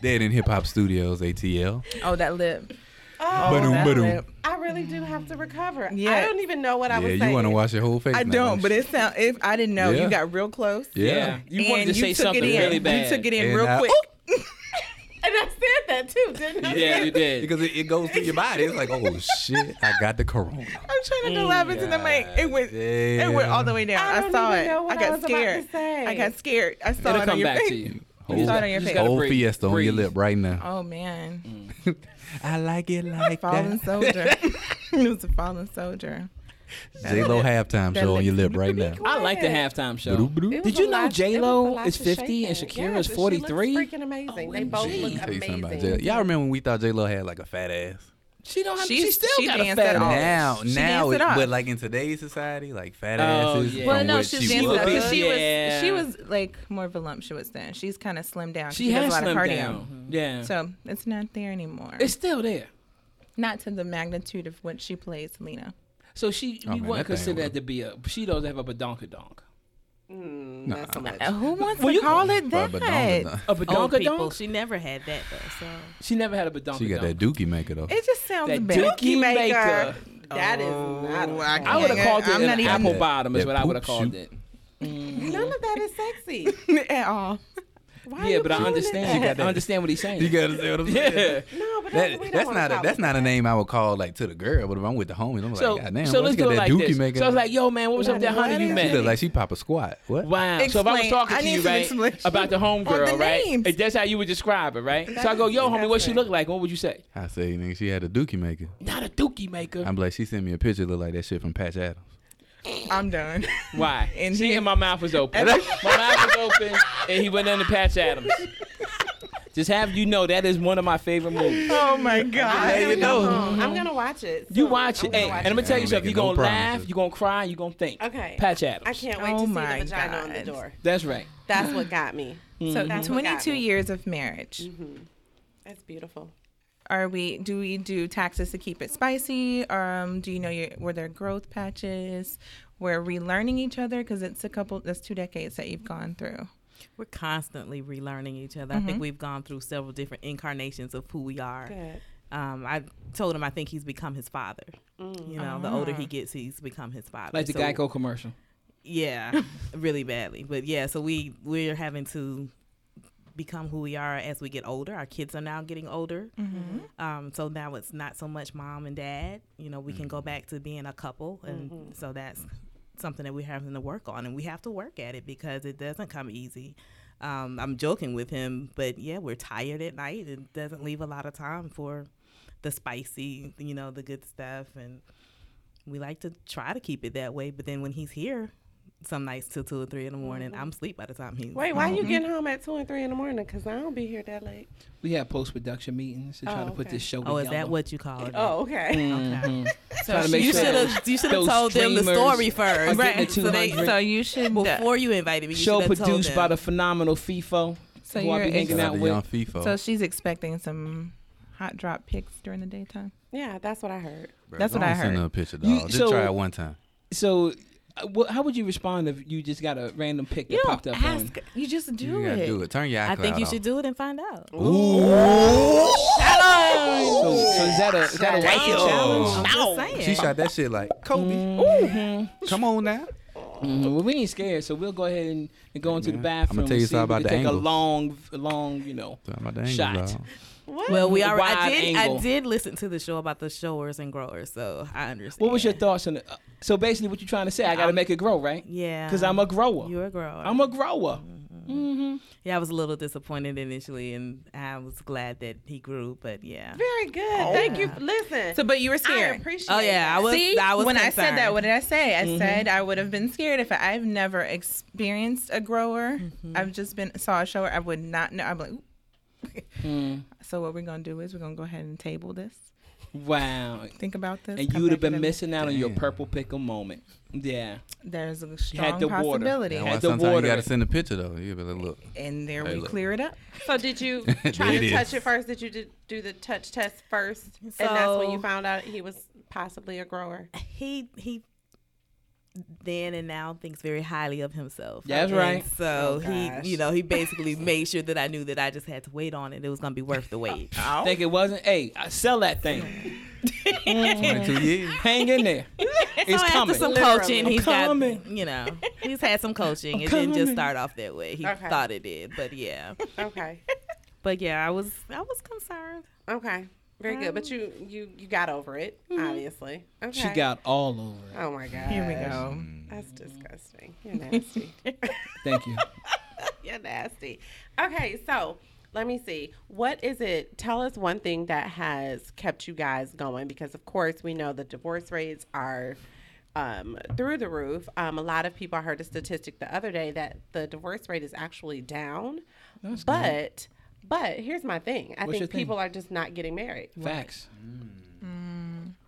D: Dead in Hip Hop Studios, ATL.
C: Oh, that lip.
B: Oh,
D: Ba-dum,
C: that
D: ba-dum.
C: lip.
B: I really do have to recover. I
C: Yeah.
B: don't even know what I
D: Yeah,
B: was
D: you
B: saying.
D: want to wash your whole face.
C: I
D: now,
C: don't, but
D: you?
C: it sound. If I didn't know,
D: Yeah.
C: you got real close.
D: Yeah.
A: Yeah. You
C: and
A: wanted to
C: you
A: say
C: took
A: something
C: it in.
A: really bad.
C: You took it in
D: And
C: real
D: I- Oh,
C: quick.
B: And I said that too, didn't I?
A: Yeah, you did.
D: Because it, it goes through your body. It's like, oh shit, I got the corona.
C: I'm trying to do laugh into the mic. It went. It went all the way down.
B: I
C: I,
B: don't
C: saw
B: even
C: it.
B: know what
C: I
B: I
C: got
B: was about
C: scared.
B: to say.
C: I got scared. I saw
A: It'll
C: it
A: come
C: on your
A: back
C: face.
A: to you.
D: Whole,
C: It's all on your
A: You just
C: face.
A: gotta
D: whole
A: breathe.
D: fiesta on your
A: Breathe.
D: lip right now.
C: Oh
A: Mm.
C: man,
D: I like it like
C: fallen
D: that.
C: soldier. it was a fallen soldier.
D: J Lo halftime
C: that
D: show on
C: lip.
D: your lip right now.
A: I like the halftime show.
D: Ba-doo-ba-doo.
A: Did
B: was
A: you
B: a
A: know
B: lot-
A: J
B: it
A: Lo
B: was a
A: is
B: lot to
A: 50 and Oh,
B: shake
A: Shakira is
B: hands. Yes, and she looks
A: 43?
B: Freaking amazing. they both
D: Gee,
B: look
D: tell you something about
B: amazing.
D: J-Lo. Y'all remember when we thought J Lo had like a fat ass?
A: She don't have.
C: She's-
A: She still
C: she
A: got a
C: danced
A: fat
C: at all.
A: ass.
D: Now,
C: She
D: now,
C: danced it
D: it,
C: off.
D: but like in today's society, like fat
A: Oh,
D: asses.
A: yeah.
D: from
C: Well, no,
D: what
C: she,
D: she
C: she,
D: was.
C: was, she
A: Yeah.
C: was she was like more voluptuous then. She's kind of slimmed down. 'cause
A: She has
C: does a lot of
A: slimmed
C: cardio.
A: down. Yeah.
C: So it's not there anymore.
A: It's still there.
C: not to the magnitude of what she plays, Lena.
A: So she,
D: Oh,
A: you wouldn't
D: man, that thing
A: consider
D: was-
A: that to be a. She does have a badonka donk.
B: Mm, not so much.
C: Uh, Who wants
A: Well,
C: to
A: you-
C: call it
D: But- but don't-
C: that?
A: A
E: Old
A: badonka
E: people,
A: donk.
E: she never had that though. So
A: She never had a badonka.
D: She got that
A: donk.
D: dookie maker though.
C: It just sounds
A: That
C: bad. Oh.
A: dookie maker.
B: That is not. a-
C: I
A: I would have called it
C: I'm not
A: an
C: even
A: apple
D: That-
A: bottom. Is
D: that
A: what I would have
D: poop
A: called
D: shoot.
A: it.
B: None of that is sexy.
C: at all.
A: Yeah, but I understand. I understand what he's saying.
D: You gotta see what I'm saying.
A: yeah.
B: No, but
D: That-
B: that's, we don't
D: that's
B: wanna
D: not a,
B: talk
D: that's
B: about
D: not a name I would call like to the girl, but if I'm with the homies, I'm like,
A: So,
D: God damn,
A: so
D: boy,
A: let's
D: she got
A: do it
D: that
A: like
D: dookie
A: this.
D: maker.
A: So I was like, yo, man, what was up that honey you
D: she look
A: met?
D: like she pop a squat. What?
A: Wow. So if I was
C: Explain.
A: talking
C: I
A: to
C: need
A: you,
C: some
A: right,
C: explanation
A: about the
C: on the
A: homegirl, right?
C: names.
A: If that's how you would describe her, right? so I go, yo, homie, what she look like? What would you say?
D: I say, nigga, she had a dookie maker.
A: Not a dookie maker.
D: I'm like, she sent me a picture look like that shit from Patch Adams.
C: I'm done.
A: Why?
C: And
A: See,
C: he-
A: and my mouth was open. my mouth was open, and he went in to Patch Adams. Just have you know that is one of my favorite movies.
C: Oh my god.
A: There you know.
B: I'm gonna watch it.
A: You
B: soon.
A: watch
B: I'm
A: it,
B: gonna
A: hey, and I'm gonna tell you
D: I'm
A: something. You're
D: making
A: gonna
D: no
A: laugh,
D: promises.
A: you're gonna cry, you're gonna think.
B: Okay.
A: Patch
B: I
A: Adams.
B: can't wait
C: Oh
B: to see the
C: my
B: vagina on the
C: God.
B: door.
A: That's right.
B: That's what got me.
C: So
B: That's what got
C: 22
B: me.
C: years of marriage.
B: Mm-hmm. That's beautiful.
C: Are we? Do we do taxes to keep it spicy? Um, do you know your, were there growth patches? We're relearning each other because it's a couple. That's two decades that you've gone through.
E: We're constantly relearning each other. I think we've gone through several different incarnations of who we are.
B: Good.
E: Um, I told him I think he's become his father. You know, the older he gets, he's become his father.
A: Like the
E: So-
A: Geico commercial.
E: Yeah, really badly. But yeah, so we we're having to become who we are as we get older. Our kids are now getting older,
B: Mm-hmm.
E: um, so now it's not so much mom and dad. You know, we can go back to being a couple, and
B: Mm-hmm.
E: so that's something that we're having to work on, and we have to work at it because it doesn't come easy. Um, I'm joking with him, but yeah, we're tired at night. It doesn't leave a lot of time for the spicy, you know, the good stuff, and we like to try to keep it that way. But then when he's here, some nights till two or three in the morning, I'm asleep by the time he's
B: Wait, Mm-hmm. why you getting home at two and three in the morning? Cause I don't be here that late.
A: We had post production meetings to try
B: Oh,
A: to put
B: okay.
A: this show
E: Oh,
A: together.
E: is that what you call it?
B: Oh, okay.
C: Mm-hmm.
A: Try to make
E: you
A: sure
E: should have you should have
A: those
E: told them the
A: streamers
E: story
A: are
E: first,
A: getting the
E: So they-
A: 200.
C: So you should.
E: before you invited me, you
A: show
E: should have told
A: produced by
E: them.
A: the phenomenal FIFO.
C: So
A: who I
C: you're
A: be hanging
C: ex-
A: out
D: Shout out to Young
A: with.
D: FIFO.
C: so she's expecting some hot drop pics during the daytime.
B: Yeah, that's what I heard.
D: Bruh,
C: that's what
D: don't
C: I
D: Send
C: heard.
D: her a picture, dog.
A: You-
D: Just
A: so-
D: try it one time.
A: So, uh, wh- how would you respond if you just got a random pic that
C: You
A: popped
C: don't
A: up on?
C: ask. You just do
D: you
C: it.
D: gotta do it. Turn your iCloud
E: I think you
D: off.
E: should do it and find out.
A: So, so is that a is that a wifey challenge?
E: I'm just saying.
D: She shot that shit like Kobe.
A: Mm-hmm.
D: Come on now.
A: Mhm, Well, we ain't scared, so we'll go aahead and, and go into the
D: man, I'ma
A: bathroom.
D: tell you
A: and see
D: something
A: if we can
D: about the
A: take a
D: angles.
A: long, long, you know.
D: Talking about the angles,
A: Shot.
D: dog.
E: Well, we already. I
A: Wide
E: did.
A: angle.
E: I did listen to the show about the showers and growers, so I understand.
A: What was your thoughts on it? Uh, So basically, what you trying to say? I got to make it grow, right?
E: Yeah,
A: Because I'm a grower.
E: You're a grower.
A: I'm a grower.
E: yeah, I was a little disappointed initially, and I was glad that he grew. But yeah.
B: Very good. Thank you. Listen.
C: So, but you were
B: I
C: scared.
B: appreciate.
E: Oh yeah, I
B: that.
E: was.
C: See,
E: I was Mm-hmm.
C: when I said
E: concerned.
C: that, what did I say? I said I would have been scared if I, I've never experienced a grower.
E: Mm-hmm.
C: I've just been saw a shower. I would not know. I'm like, "Ooh."
E: Mm.
C: so what we're gonna do is we're gonna go ahead and table this.
A: Wow.
C: Think about
A: And
C: this. Mm-hmm. come
A: you would have
C: back
A: been
C: at a-
A: missing out on your
D: Damn.
A: purple pickle moment. Yeah.
C: There's a strong
A: the water.
C: possibility,
A: Yeah,
D: That's
A: Had
D: why
A: to
D: sometimes you
A: water
D: gotta
A: it.
D: send a picture though. You be like, look.
C: and there
D: Hey,
C: we
D: look.
C: clear it up.
B: So did you try
D: There
B: to
D: it
B: touch
D: is.
B: it first? Did you did, do the touch test first, and that's when you
E: So-
B: found out he was possibly a grower?
E: he he then and now thinks very highly of himself.
A: That's
E: And
A: right.
E: So
B: gosh.
E: he, you know, he basically made sure that I knew that I just had to wait on it. It was gonna be worth the wait.
A: Think it wasn't? Hey, I sell that thing.
D: 22 years.
A: Hang in there. It's
E: so
A: coming.
E: after some
B: Literally.
E: coaching,
A: I'm
E: he's
A: coming.
E: got you know, he's had some coaching. It didn't just
A: coming.
E: start off that way. He
B: Okay.
E: thought it did, but yeah,
B: Okay.
E: but yeah, I was I was concerned.
B: Okay. Very good. But you you you got over it, obviously. Okay.
A: She got all over it.
B: Oh my god.
C: Here we go.
A: Mm.
B: That's disgusting. You're nasty.
A: Thank you.
B: You're nasty. Okay, so let me see. What is it? Tell us one thing that has kept you guys going because, of course, we know the divorce rates are um, through the roof. Um, a lot of people I heard a statistic the other day that the divorce rate is actually down. but but here's my thing. I
A: What's your
B: think
A: thing?
B: people are just not getting married.
A: Facts.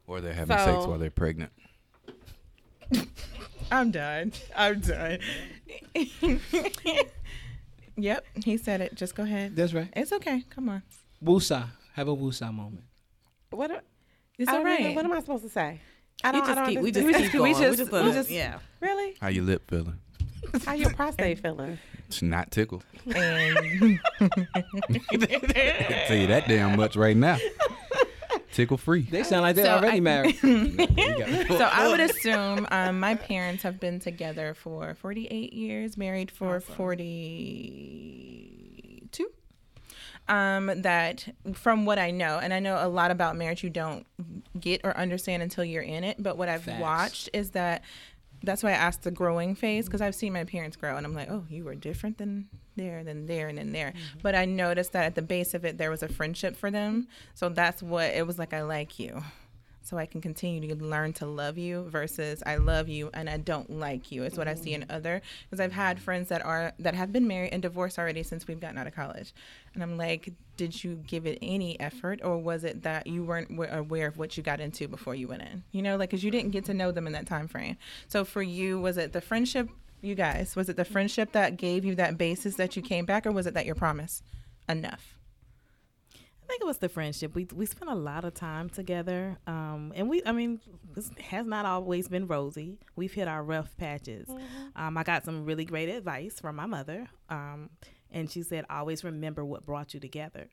D: Or they're having sex
B: So-
D: while they're pregnant.
C: I'm done. I'm done. yep, he said it. Just go ahead.
A: That's right.
C: It's okay. Come on.
A: Woosa. Have a woosa moment.
B: What? a-
C: It's
B: I
C: all
B: don't even-
C: right.
B: What am I supposed to say? I
E: We
B: don't. I
E: just
B: don't
E: keep, we just
B: understand.
E: keep going.
C: just- we
E: gonna-
C: just-
E: yeah.
B: really.
D: How your lip feeling?
B: How your prostate feeling?
D: It's not tickled.
C: And
D: Tell you that damn much right now. Tickle free.
A: They sound like they're
C: So
A: already
C: I-
A: married.
C: so I would assume um, my parents have been together for 48 years, married for 42. Um, that from what I know, and I know a lot about marriage you don't get or understand until you're in it, but what I've
A: Facts.
C: watched is that that's why I asked the growing phase because I've seen my parents grow and I'm like, oh, you were different than there, than there, and then there. But I noticed that at the base of it, there was a friendship for them. So that's what it was like, I like you. so I can continue to learn to love you versus I love you and I don't like you is what I see in other because I've had friends that are that have been married and divorced already since we've gotten out of college and I'm like did you give it any effort or was it that you weren't wa- aware of what you got into before you went in you know like because you didn't get to know them in that time frame so for you was it the friendship you guys was it the friendship that gave you that basis that you came back or was it that your promise enough
E: I think it was the friendship. We we spent a lot of time together, um, and we I mean, this has not always been rosy. We've hit our rough patches. Um, I got some really great advice from my mother, um, and she said always remember what brought you together.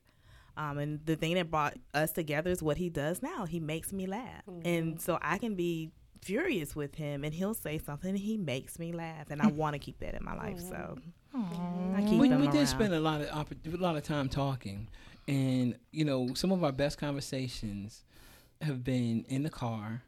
E: Um, and the thing that brought us together is what he does now. He makes me laugh, and so I can be furious with him, and he'll say something, and he makes me laugh, and I want to keep that in my life. So I keep
A: we,
E: him
A: we
E: around.
A: did spend a lot of oppor- a lot of time talking, and you know some of our best conversations have been in the car,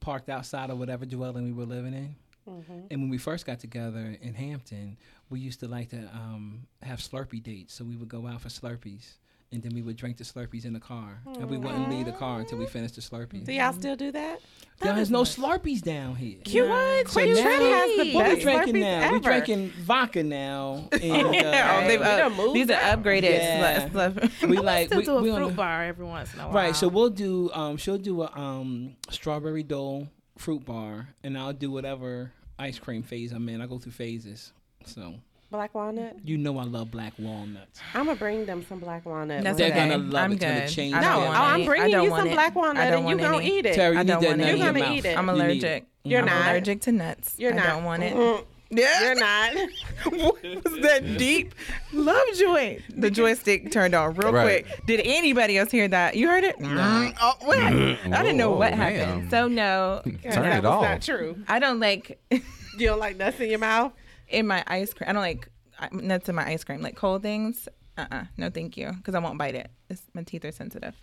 A: parked outside of whatever dwelling we were living in.
B: Mm-hmm.
A: And when we first got together in Hampton, we used to like to um, have Slurpee dates. So we would go out for Slurpees, and then we would drink the Slurpees in the car, and we wouldn't leave the car until we finished the Slurpee.
B: Do y'all still do that?
A: Now there's no Slurpees down here.
B: Q what?
A: So
B: Queen
A: now-
B: Trip has the
A: What
B: best
A: we drinking
B: Slurpees
A: now?
B: ever.
A: We drinking vodka now. And, uh,
C: Oh, they've up-
B: Right. We done moved
C: these are upgraded.
A: Yeah.
C: slu- slu-
A: we like
E: Still
A: we,
E: do a
A: we on
E: fruit
A: the-
E: bar every once in a while.
A: Right. So we'll do. Um, she'll do a um strawberry dole fruit bar, and I'll do whatever ice cream phase I'm in. I go through phases. So
B: Black walnut.
A: you know I love black walnuts.
B: I'm gonna bring them some black walnut.
C: That's
A: They're
B: one day.
C: okay.
A: gonna love
C: I'm
A: it till it
C: good.
A: changes.
C: I
B: No,
C: don't
A: Yeah.
B: oh,
C: want
B: I'm
C: any. I
B: bringing
C: don't
B: you
C: want
B: some
C: it.
B: black
C: I
B: walnut,
C: don't
B: and you
C: want
B: gonna
C: any.
B: eat it.
A: Terry,
C: I
A: you
C: don't
A: did
C: want
A: that
C: any.
A: in
B: You're
A: your
B: gonna
A: mouth.
B: eat it.
C: I'm
A: You need
C: allergic.
B: You're
C: I'm
B: not.
C: allergic to nuts.
B: You're
C: I
B: not.
C: don't want it.
B: You're not.
C: what was that deep love joint? The joystick turned on real
D: Right.
C: quick. Did anybody else hear that? You heard it? Mm, oh, what? I didn't know
A: Oh,
D: Whoa,
C: what
D: ma'am.
C: happened. So no,
D: Turn it off.
B: True.
C: I don't like
B: You don't like nuts in your mouth?
C: in my ice cream. I don't like uh, nuts in my ice cream. Like cold things. Uh uh No, thank you. Because I won't bite it. It's, my teeth are sensitive.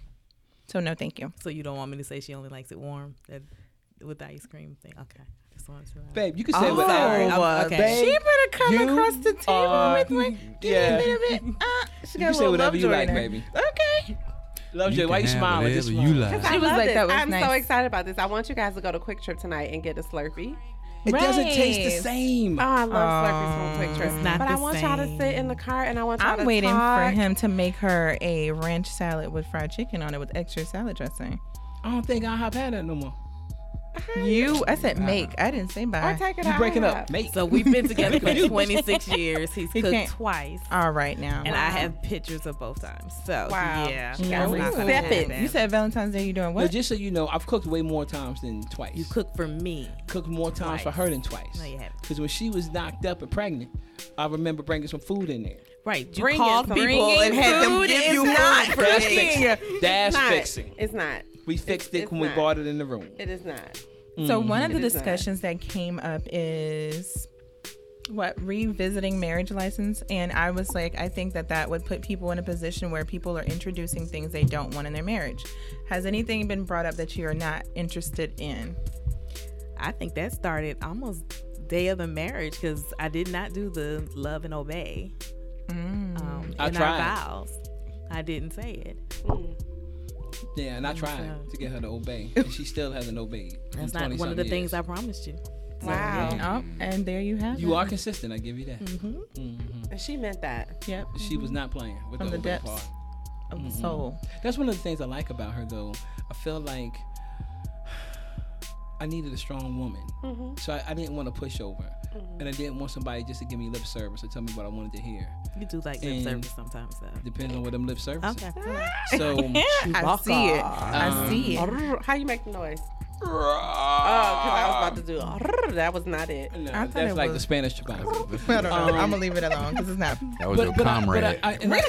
C: So no, thank you.
E: So you don't want me to say she only likes it warm that, with the ice cream thing? Okay. Just wanted to
A: Babe, you can say what.
E: I'm- okay.
A: Babe,
C: Oh, She better come
A: you
C: across the table
A: are-
C: with like give
A: yeah.
C: me a little bit. Uh, she
A: You
C: got
A: can
C: a
A: say
C: little
A: whatever
C: love
A: you
C: joy in
A: like,
C: her.
A: baby.
C: Okay.
A: Love Jay,
D: can
A: why you
D: have
A: smiling? Just
D: whatever
A: smile.
D: you like.
B: I
C: was
B: love
C: like,
B: this.
C: that was
B: I'm so
C: nice.
B: excited about this. I want you guys to go to Quick Trip tonight and get a Slurpee.
A: It doesn't taste the
C: Right.
A: same.
B: Oh, I love Slurpees from Quick Trip.
E: not
B: but I
E: the
B: want y'all to sit in the car and I want y'all
C: I'm
B: to
C: waiting
B: talk.
C: for him to make her a ranch salad with fried chicken on it with extra salad dressing.
A: I don't think I'll have had that no more.
C: You, I said make.
A: Uh-huh.
C: I didn't say
B: Or
C: buy.
B: take it
A: You
B: out.
A: breaking up, mate?
E: So we've been together for 26 years. He's
C: He
E: cooked
C: can't-
E: twice,
C: All right now.
E: and I have pictures of both times. So
B: Wow.
E: yeah,
B: She got
E: that's
C: Ooh.
E: not gonna
B: Step it.
E: happen.
C: You said Valentine's Day. You doing
A: Now,
C: what?
A: just so you know, I've cooked way more times than twice.
E: you cook for me.
A: cooked more times for
E: Twice.
A: her than twice.
E: No, you haven't.
A: Because when she was knocked up and pregnant, I remember bringing some food in there.
E: Right. You
B: Bring it
E: called
B: some-
E: people and had them give you not
A: That's fixing. That's
B: It's not.
A: fixing.
B: It's not.
A: We fixed it
B: it's
A: when we
B: not.
A: brought it in the room.
B: It is not.
C: So one of the
B: It is not.
C: discussions that came up is what revisiting marriage license and i was like i think that that would put people in a position where people are introducing things they don't want in their marriage has anything been brought up that you're not interested in
E: I think that started almost day of the marriage because I did not do the love and obey um,
A: I
E: in
A: tried.
E: our vows. I didn't say it.
A: Yeah, and I tried to get her to obey, and she still hasn't obeyed. in
E: That's not one of the
A: 20-something
E: things I
A: years.
E: promised you.
B: Wow.
C: oh and there you have
A: You
C: it.
A: are consistent. I give you that.
B: And she meant that.
C: yep
A: She was not playing with
C: From
A: the,
C: the
A: obey
C: depths.
A: part.
C: of the soul
A: That's one of the things I like about her, though. I feel like I needed a strong woman, so I, I didn't want to push over, and I didn't want somebody just to give me lip service or tell me what I wanted to hear.
E: You do like lip
A: And-
E: service sometimes, though.
A: Depends on what them lip services.
E: Okay.
A: So
C: i see it i see it
B: How you make the noise? Oh, because I was about to do. That was not it.
A: No,
C: I thought
A: that's
C: it
A: like the
C: was-
A: Spanish Chewbacca.
C: I don't know. I'm gonna leave it alone because it's not.
D: That was your comrade.
A: I, I, and I-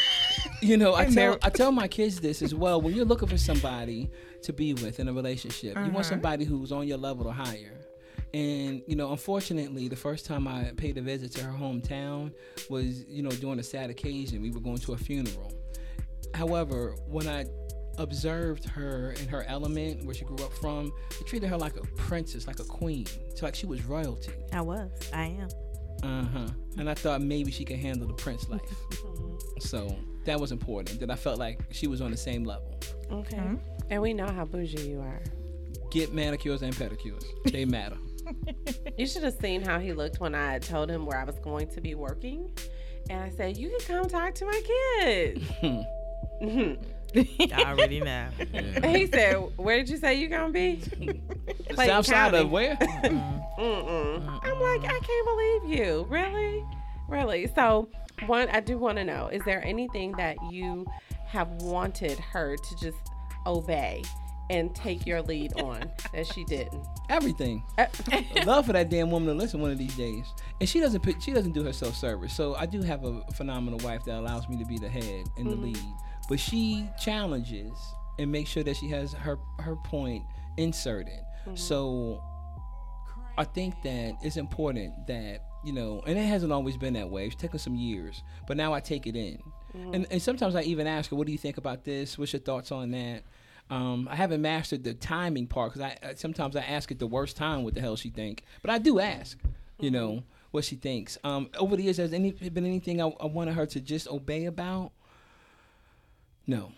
A: you know, I tell I tell my kids this as well. When you're looking for somebody to be with in a relationship, you want somebody who's on your level or higher. And you know, unfortunately, the first time I paid a visit to her hometown was, you know, during a sad occasion. We were going to a funeral. However, when I observed her in her element where she grew up from, I treated her like a princess, like a queen. So like she was royalty.
E: I was. I am.
A: Uh huh. And I thought maybe she could handle the prince life. so that was important that I felt like she was on the same level.
B: Okay. And we know how bougie you are.
A: Get manicures and pedicures. They matter.
B: You should have seen how he looked when I told him where I was going to be working. And I said, You can come talk to my kids.
E: I already know.
B: and he said, Where did you say you going to be?
A: The
B: Clayton
A: South side
B: County.
A: of where?
B: Mm-mm. I'm like, I can't believe you. Really? Really? So, one, I do want to know is there anything that you have wanted her to just obey and take your lead on that she didn't?
A: Everything. Love for that damn woman to listen one of these days. And she doesn't pick, she doesn't do herself service. So I do have a phenomenal wife that allows me to be the head and the lead. But she challenges and makes sure that she has her her point inserted. So I think that it's important that you know, and it hasn't always been that way. It's taken some years, but now I take it in, and, and sometimes I even ask her, "What do you think about this? What's your thoughts on that?" Um, I haven't mastered the timing part because I, I sometimes I ask at the worst time what the hell she think, but I do ask, you know, what she thinks. Um, over the years, has any been anything I, I wanted her to just obey about? No,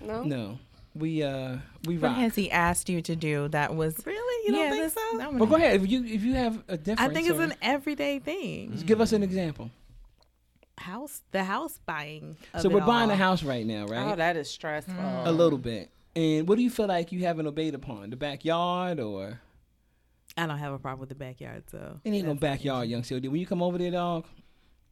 B: No?
A: no. We uh, we
C: What
A: rock.
C: has he asked you to do that was
E: Really? You don't
C: Yeah,
E: think
C: that's-
E: so?
C: that
A: Well,
C: would-
A: go ahead. If you if you have a
E: I
A: difference,
E: think it's
A: or-
E: an everyday thing.
A: give us an example.
E: House, the house buying. Of
A: So
E: it
A: we're buying
E: all.
A: a house right now,
B: Oh,
A: right? Mm-hmm.
B: that is stressful.
A: a little bit. And what do you feel like you haven't obeyed upon? The backyard or
E: I don't have a problem with the backyard, so
A: it ain't no backyard, young COD. When you come over there, dog,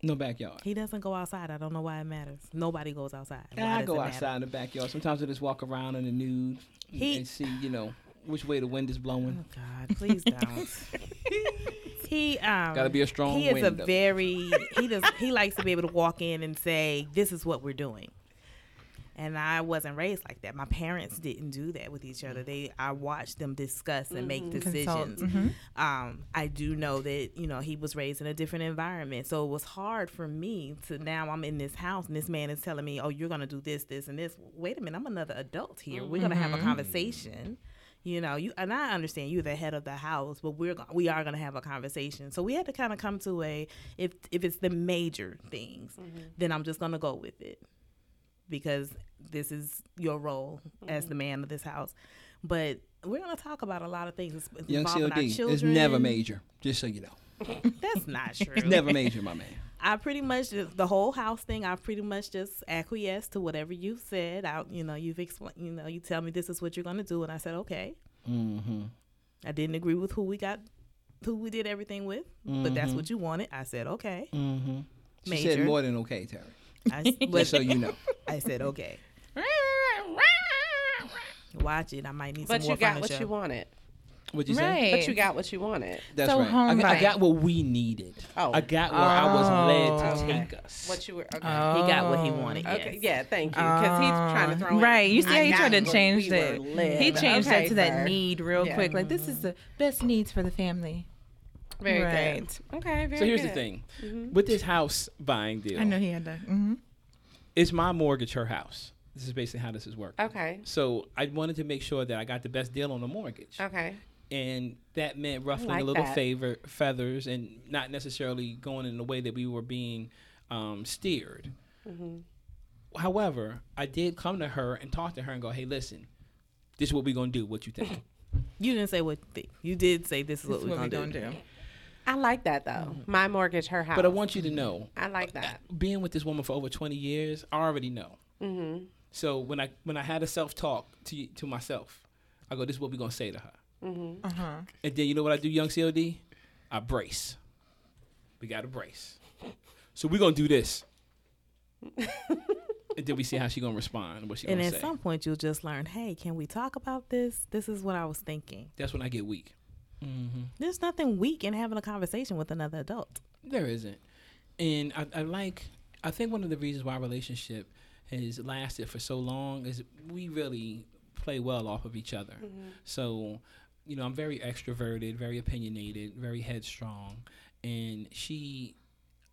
A: no backyard.
E: he doesn't go outside. I don't know why it matters. Nobody goes outside. Why
A: I
E: does it
A: go
E: matter?
A: outside in the backyard. Sometimes I just walk around in the nude
E: He-
A: and see, you know, which way the wind is blowing.
E: God, please don't. he um
A: Gotta be a strong
E: He is
A: wind,
E: a
A: though.
E: very he does he likes to be able to walk in and say this is what we're doing. And I wasn't raised like that. My parents didn't do that with each other. They I watched them discuss and make decisions. Um, I do know that you know he was raised in a different environment, so it was hard for me to now I'm in this house and this man is telling me, "Oh, you're gonna do this, this, and this." Wait a minute, I'm another adult here. We're gonna have a conversation. You know, you and I understand you're the head of the house, but we're go- we are going to have a conversation. So we had to kind of come to a if if it's the major things, then I'm just going to go with it because this is your role as the
A: Mm-hmm.
E: man of this house. But we're going to talk about a lot of things it's- it's
A: Young
E: involving
A: COD
E: our
A: is
E: children.
A: never major, just so you know.
E: That's not true.
A: Never major, my man.
E: I pretty much just, the whole house thing. I pretty much just acquiesced to whatever you said. I, you know, you've explained. You know, you tell me this is what you're going to do, and I said okay.
A: Mm-hmm.
E: I didn't agree with who we got, who we did everything with, but that's what you wanted. I said okay.
A: Mm-hmm. She said
E: Major.
A: more than okay, Terry.
E: I, s-
A: Just
E: but
A: so you know.
E: I said okay. Watch it. I might need
B: But
E: some
B: you
E: more
B: got
E: furniture.
B: what you wanted.
A: What'd you say?
C: right.
B: But you got what you wanted.
A: That's
C: So
A: right. I,
C: home
A: g- I
C: right.
A: got what we needed.
B: Oh.
A: I got where I was led to
B: Okay.
A: take us.
B: What you were. Okay.
E: He got what he wanted.
B: Okay.
E: yes.
B: Yeah. Thank you. Because he's trying to throw. in,
C: Right, you see how
B: "I
C: he
B: got
C: tried to
B: what
C: change
B: we
C: that.
B: were led."
C: He changed
B: Okay,
C: that to that
B: sir.
C: need real
B: Yeah.
C: quick. Like this is the best needs for the family.
B: Very
C: right.
B: good. Okay. Very
A: So here's the
B: good. Mm-hmm.
A: thing with this house buying deal,
C: I know he had that. hmm
A: it's my mortgage, her house. This is basically how this is working.
B: Okay.
A: So I wanted to make sure that I got the best deal on the mortgage.
B: Okay.
A: And that meant ruffling
B: like
A: a little
B: that.
A: favor feathers and not necessarily going in the way that we were being um, steered.
B: Mm-hmm.
A: However, I did come to her and talk to her and go, hey, listen, this is what we're going to do. What you think?
E: You didn't say what. Thing. You did say this is what
C: That's
E: we're
C: what we
E: going to
C: don't
E: do.
C: do.
B: I like that though.
C: Mm-hmm.
B: My mortgage, her house.
A: but I want you to know
B: I like that.
A: being with this woman for over 20 years, I already know. So when I when I had a self talk to to myself, I go, "This is what we're gonna say to her."
E: Uh-huh.
A: And then you know what I do, young COD? I brace. We got to brace. So we're gonna do this, and then we see how she gonna respond, what she
E: And
A: gonna
E: at
A: say.
E: some point, you'll just learn. Hey, can we talk about this? This is what I was thinking.
A: That's when I get weak.
E: There's nothing weak in having a conversation with another adult.
A: There isn't. And I, I like, I think one of the reasons why our relationship has lasted for so long is we really play well off of each other. So, you know, I'm very extroverted, very opinionated, very headstrong. And she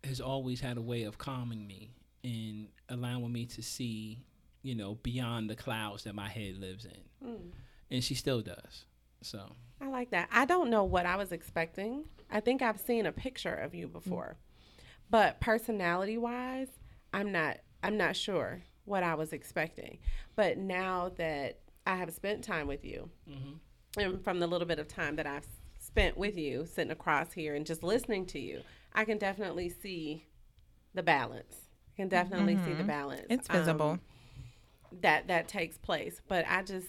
A: has always had a way of calming me and allowing me to see, you know, beyond the clouds that my head lives in. And she still does. So,
B: I like that. I don't know what I was expecting. I think I've seen a picture of
C: Mm-hmm.
B: you before. But personality wise, I'm not I'm not sure what I was expecting. But now that I have spent time with you,
C: Mm-hmm.
B: and from the little bit of time that I've spent with you, sitting across here and just listening to you, I can definitely see the balance. I can definitely see the balance.
C: Mm-hmm. It's
B: um,
C: visible.
B: that that takes place. But I just,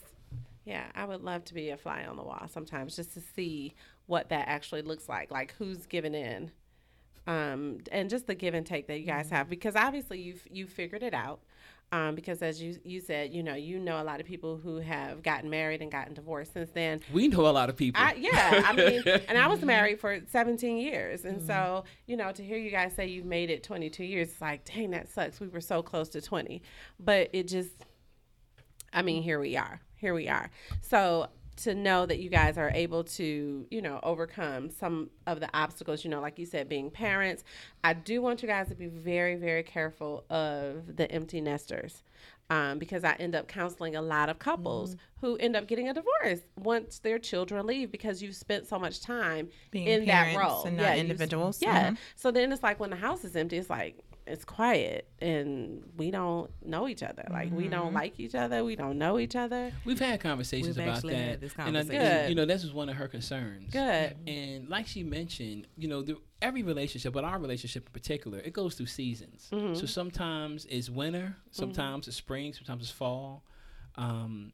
B: yeah, I would love to be a fly on the wall sometimes just to see what that actually looks like, like who's giving in, um, and just the give and take that you guys have because obviously you've you figured it out. Um, because as you you said, you know, you know a lot of people who have gotten married and gotten divorced since then.
A: We know a lot of people.
B: I, yeah, I mean, and I was married for 17 years, and so you know, to hear you guys say you've made it 22 years, it's like, dang, that sucks. We were so close to 20, but it just, I mean, here we are. Here we are. So to know that you guys are able to, you know, overcome some of the obstacles, you know, like you said, being parents, I do want you guys to be very, very careful of the empty nesters. Um, because I end up counseling a lot of couples
C: Mm-hmm.
B: who end up getting a divorce once their children leave because you've spent so much time
C: Being
B: in that
C: parents
B: role.
C: and not
B: you've-
C: individuals.
B: Yeah.
C: Mhm.
B: So then it's like when the house is empty, it's like it's quiet and we don't know each other. Like we don't
C: Mm-hmm.
B: like each other. We don't know each other.
A: We've had conversations
E: We've
A: about
E: actually
A: that,
E: had this
A: and I
B: conversation.
A: think you know this is one of her concerns.
B: Good.
A: And like she mentioned, you know, the, every relationship, but our relationship in particular, it goes through seasons.
E: Mm-hmm.
A: So sometimes it's winter, sometimes it's spring, sometimes it's fall. Um,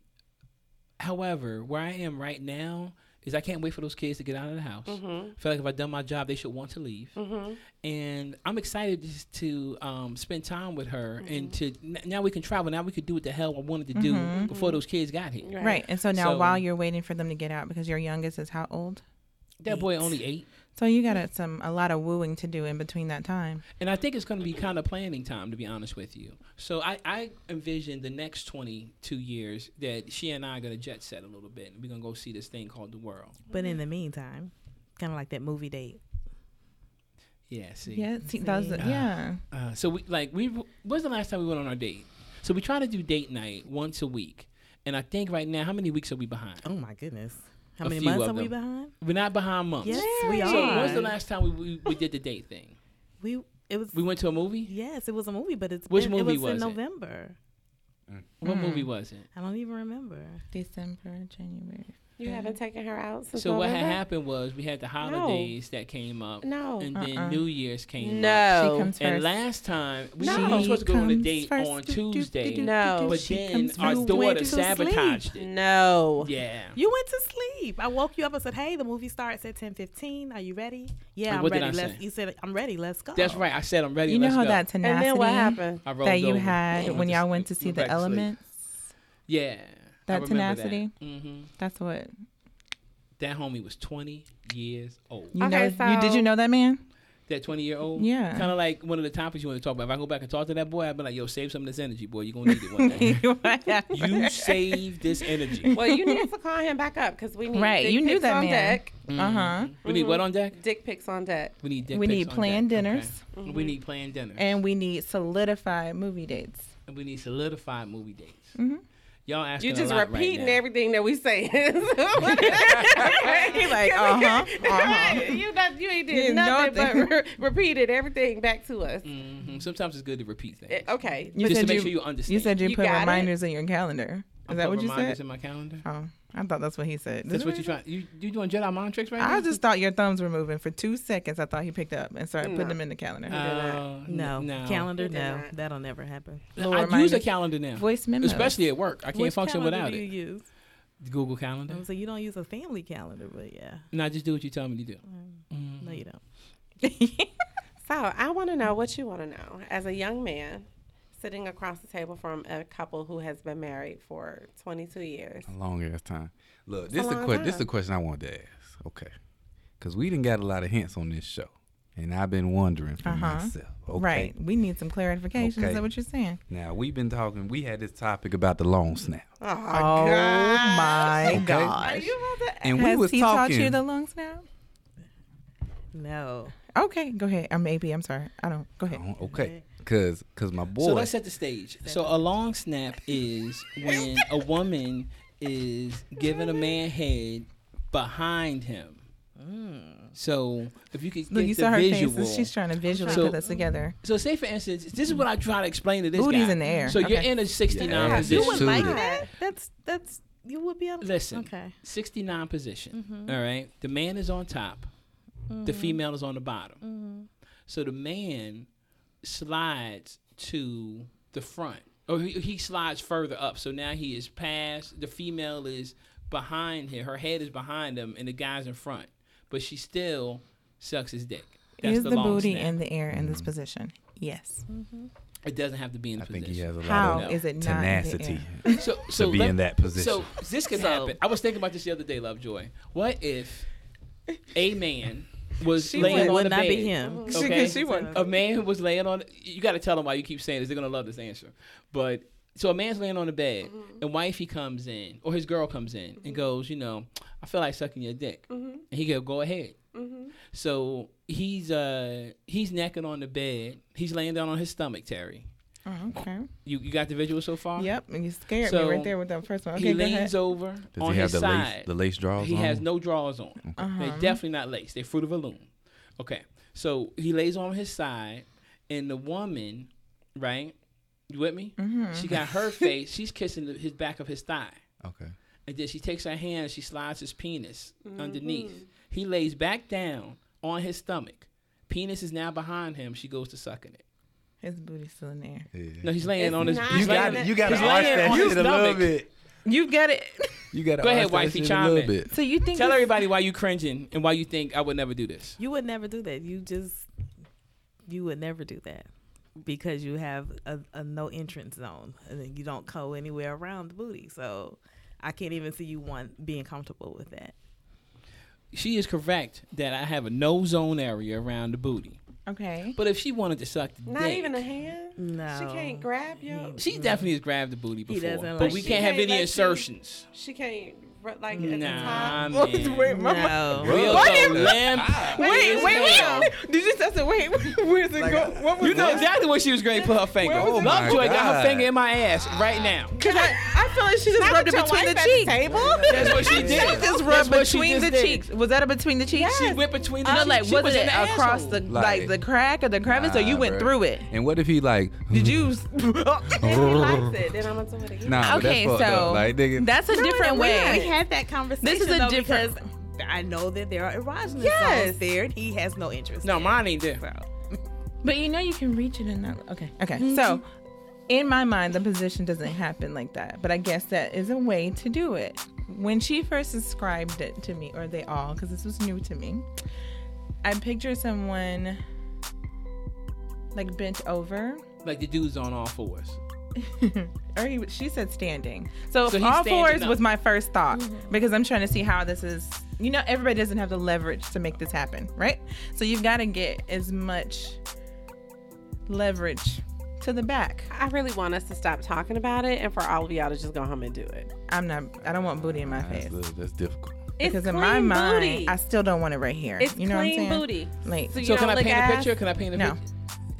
A: however, where I am right now is I can't wait for those kids to get out of the house.
E: Mm-hmm.
A: I feel like if I've done my job, they should want to leave. And I'm excited just to um, spend time with her and to
E: Mm-hmm.
A: n- now we can travel. Now we could do what the hell I wanted to do before those kids got here.
C: Right. And so now,
A: So-
C: while you're waiting for them to get out, because your youngest is how old?
A: That boy only eight.
C: So you got a- some a lot of wooing to do in between that time.
A: And I think it's going to be kind of planning time, to be honest with you. So I, I envision the next 22 years that she and I are going to jet set a little bit. And we're going to go see this thing called the world.
E: But in the meantime, kind of like that movie date.
A: Yeah, see.
C: Yeah, see, those, yeah.
A: Uh, so we like we when's the last time we went on our date? So we try to do date night once a week. And I think right now, how many weeks are we behind?
E: Oh my goodness. How
A: A
E: many
A: few
E: months
A: of
E: are we
A: them.
E: behind?
A: We're not behind months.
E: Yes, we
A: So
E: are.
A: when's the last time we, we, we did the date thing?
E: we it was
A: We went to a movie?
E: yes, it was a movie, but it's
A: Which
E: been,
A: movie
E: it was,
A: was
E: in
A: it?
E: November.
A: What movie was it?
E: I don't even remember.
C: December, January.
B: You haven't taken her out since
A: So what had
B: November?
A: happened was we had the holidays that came up.
B: No.
A: And then
C: Uh-uh.
A: New Year's came up.
B: No.
C: She comes first.
A: And last time we
B: No.
A: were supposed to go on a
C: Comes
A: date
C: first.
A: on
C: Do, do, do,
A: Tuesday,
C: do,
B: No.
C: do, do.
A: but
C: She
A: then
C: comes
A: our
C: first.
A: daughter
E: to
A: sabotaged it.
B: No.
A: Yeah.
E: You went to sleep. I woke you up and said, "Hey, the movie starts at ten fifteen. Are you ready?" Yeah,
A: And
E: I'm
A: what did
E: ready.
A: I
E: let's,
A: say?
E: You said, "I'm ready. Let's go."
A: That's right. I said I'm ready.
C: You know
A: let's
C: how
A: go.
C: that
B: And
C: tenacity
B: then what happened?
A: I rolled
C: that you
A: over.
C: had
A: I
C: when
A: just
C: y'all went to see
D: went
C: the
D: back to sleep.
C: elements?
A: Yeah. I
C: That
A: remember
C: tenacity?
A: That. hmm
C: That's what
A: that homie was 20 years old.
C: you
B: Okay,
C: know. you did
B: so-
C: you know that man?
A: That 20 year old.
C: Yeah.
A: Kind of like one of the topics you want to talk about. If I go back and talk to that boy, I'd be like, "Yo, save some of this energy, boy. You're gonna need it one day.
C: Uh-huh.
A: you save this energy.
B: Well, you need to call him back up because we need
C: Right,
B: dick
C: you knew
B: pics
C: that
B: on
C: man.
B: deck.
C: Uh huh.
A: We need what on deck?
B: Dick pics on deck.
A: We need dick
C: We
A: pics
C: need
A: Mm-hmm. on
C: planned
A: deck.
C: dinners.
A: Okay. Mm-hmm. We need planned dinners.
C: And we need solidified movie dates.
A: And we need solidified movie dates.
C: Mm-hmm.
A: Y'all asking
B: You just
A: a lot right
B: repeating
A: now.
B: everything that we say.
C: He like, uh huh, uh huh.
B: you not, you ain't did
C: Did
B: nothing
C: nothing.
B: but re- repeated everything back to us.
A: Mhm. Sometimes it's good to repeat things.
B: Eh, Okay.
C: You
A: Just to
C: said
A: make
C: you-
A: sure you understand.
C: You said you,
B: You
C: put
B: got it?
C: reminders in your calendar.
A: I
C: Is that
A: put
C: what you
A: reminders
C: said?
A: in my calendar.
C: oh, I thought that's what he said.
A: That's what you trying. You you doing Jedi mind tricks right now?
C: I just thought your thumbs were moving for two seconds. I thought he picked up and started putting them in the calendar.
A: Uh,
E: No,
A: n- no.
E: calendar.
B: did
E: No,
B: not.
E: that'll never happen.
C: Little
A: I use
C: reminders.
A: a calendar now,
C: Voice memos.
A: especially at work. I can't
E: Which
A: function
E: calendar
A: without
E: do
A: it.
E: You use.
A: Google Calendar.
C: Mm-hmm.
E: So you don't use a family calendar, but yeah,
A: No, just do what you tell me to do. Mm-hmm.
E: no, you don't.
B: So I want to know what you want to know as a young man sitting across the table from a couple who has been married for 22 years.
D: A long ass time. Look, this is
B: long
D: a question. This
B: time.
D: is a question I wanted to ask. Okay, because we didn't got a lot of hints on this show, and I've been wondering for myself. Okay.
C: Right. We need some clarification. Is
D: Okay.
C: that what you're saying?
D: Now we've been talking. We had this topic about the long snap.
C: Oh my
D: Okay.
C: gosh.
D: And we
C: Has
D: was
C: he taught
D: talking.
C: you the long snap?
E: No,
C: Okay, go ahead. Or maybe I'm sorry. I don't. Go ahead.
D: Oh, okay, because because my boy.
A: So let's set the stage. So a long snap is when a woman is giving a man head behind him. So if you could get
C: Look, you
A: the
C: saw her
A: visual,
C: face. She's trying to visually
A: So-
C: put this together.
A: So say for instance, this is what I try to explain to this
C: Booty's
A: guy.
C: in the air.
A: So you're
C: Okay.
A: in a 69
D: Yeah, you
A: position.
D: would like
E: that that's that's You would be able.
A: Listen,
E: Okay.
A: 69 position. all right. The man is on top, the female is on the bottom. So the man slides to the front, or he, he slides further up. So now he is past, the female is behind him, her head is behind him, and the guy's in front. But she still sucks his dick. That's
C: Is the,
A: long
C: booty
A: snap.
C: in the air in this position? Yes.
A: It doesn't have to be in the
D: I
A: position.
D: think he has a lot
C: How
D: of
A: no.
C: is it not in the air?
D: tenacity.
A: so, so
D: be in that position.
A: So this could happen. I was thinking about this the other day, Lovejoy. What if a man was
E: She
A: laying
E: would,
A: on
E: would
A: the
E: not
A: bed?
E: be him.
A: Okay? A man was laying on. You got to tell them why you keep saying this. They're gonna love this answer. But so a man's laying on the bed,
E: Mm-hmm.
A: and wifey comes in, or his girl comes in, and goes, you know, I feel like sucking your dick,
E: Mm-hmm.
A: and he go, go ahead. So he's uh he's necking on the bed. He's laying down on his stomach, Terry.
C: Oh, okay.
A: You you got the visual so far?
C: Yep. And you scared
A: So,
C: me right there with that first one. Okay,
A: he
C: go ahead.
A: leans over
D: Does
A: on
D: he have
A: his
D: the
A: side.
D: lace, the lace drawers
A: he
D: on?
A: has no drawers on.
C: Uh-huh.
A: They're definitely not lace. They're fruit of a loom. Okay, so he lays on his side, and the woman, right? You with me?
C: Mm-hmm.
A: She got her face. She's kissing the, his back of his thigh,
D: Okay.
A: and then she takes her hand. and She slides his penis
C: Mm-hmm.
A: underneath. He lays back down on his stomach. Penis is now behind him. She goes to sucking it.
C: His booty's still in the air.
A: No, he's laying
B: It's
A: on his.
B: not
A: he's
B: You
A: laying-
B: gotta-
D: You got to
A: he's
D: arch
A: laying
D: that
A: on
D: shit
A: his
D: a little
A: stomach.
D: bit.
C: You get it.
D: You got to
A: Go ahead,
D: arch that
A: wifey,
D: shit a
A: chime
D: little
A: in.
D: bit.
C: So you think
A: Tell
C: this-
A: everybody why you cringing and why you think I would never do this.
E: You would never do that. You just you would never do that because you have a, a no entrance zone and then you don't go anywhere around the booty. So I can't even see you one being comfortable with that.
A: She is correct that I have a no zone area around the booty.
C: Okay.
A: But if she wanted to suck the
B: Not
A: dick, Mm.
B: even a hand.
E: No,
B: She can't grab you.
A: she definitely has grabbed the booty before.
E: doesn't
A: but
E: like
A: we
E: it.
A: can't have
B: She
A: any
B: can't let you-
A: insertions.
B: She can't ru- like at the
A: Nah,
B: top.
A: man. Wait,
E: No,
A: We'll go limp.
C: Wait, wait, wait. Did you just wait? Where's it go? What was
A: You know exactly where she was Oh going to put her finger.
C: Where was it
A: Lovejoy
D: going?
A: got
D: God.
A: her finger in my ass right now.
C: Because I, I feel like she just rubbed it between the cheeks.
A: That's what she did.
C: Just
A: That's
C: rubbed
A: what she
C: between
A: just
C: the
A: did.
C: cheeks. Was that a between the cheeks?
A: She went between the
C: You know,
A: cheeks.
C: like
A: she
C: was
A: was
C: it
A: in the
C: across the
A: asshole.
C: like
D: Like-
C: the crack or the crevice, or you
D: Nah,
C: went
D: bruh.
C: through it?
D: And what if he like?
C: Did you?
B: If
C: Oh,
B: he likes it, then I'm gonna do it again.
D: Nah, but
C: okay,
D: that's fucked
C: so
D: up. like nigga,
C: that's a different way.
E: We had that conversation.
C: This is a
E: though,
C: different-
E: because I know that there are erogenous
C: Yes.
E: zones there, and he has no interest.
A: No,
E: in it.
A: mine ain't there.
C: But you know you can reach it and not. Okay, Mm-hmm. okay. So, in my mind, the position doesn't happen like that. But I guess that is a way to do it. When she first described it to me, or they all, because this was new to me, I picture someone like bent over,
A: Like the dude's on all fours.
C: or he, she said standing. So,
A: So he's
C: if all
A: standing
C: fours
A: up.
C: was my first thought
B: Mm-hmm.
C: because I'm trying to see how this is. You know, everybody doesn't have the leverage to make this happen, right? So you've got to get as much leverage to the back.
B: I really want us to stop talking about it and for all of y'all to just go home and do it.
C: I'm not. I don't want booty in my face
D: that's, uh, that's difficult.
B: It's
C: because in
B: clean
C: my mind,
B: booty.
C: I still don't want it right here.
B: it's
C: you know
B: clean
C: what I'm saying?
B: booty.
C: Like,
B: you
A: So can
B: don't
A: I
B: lick
A: paint a
B: ass?
A: picture? Can I paint a
C: No.
A: picture?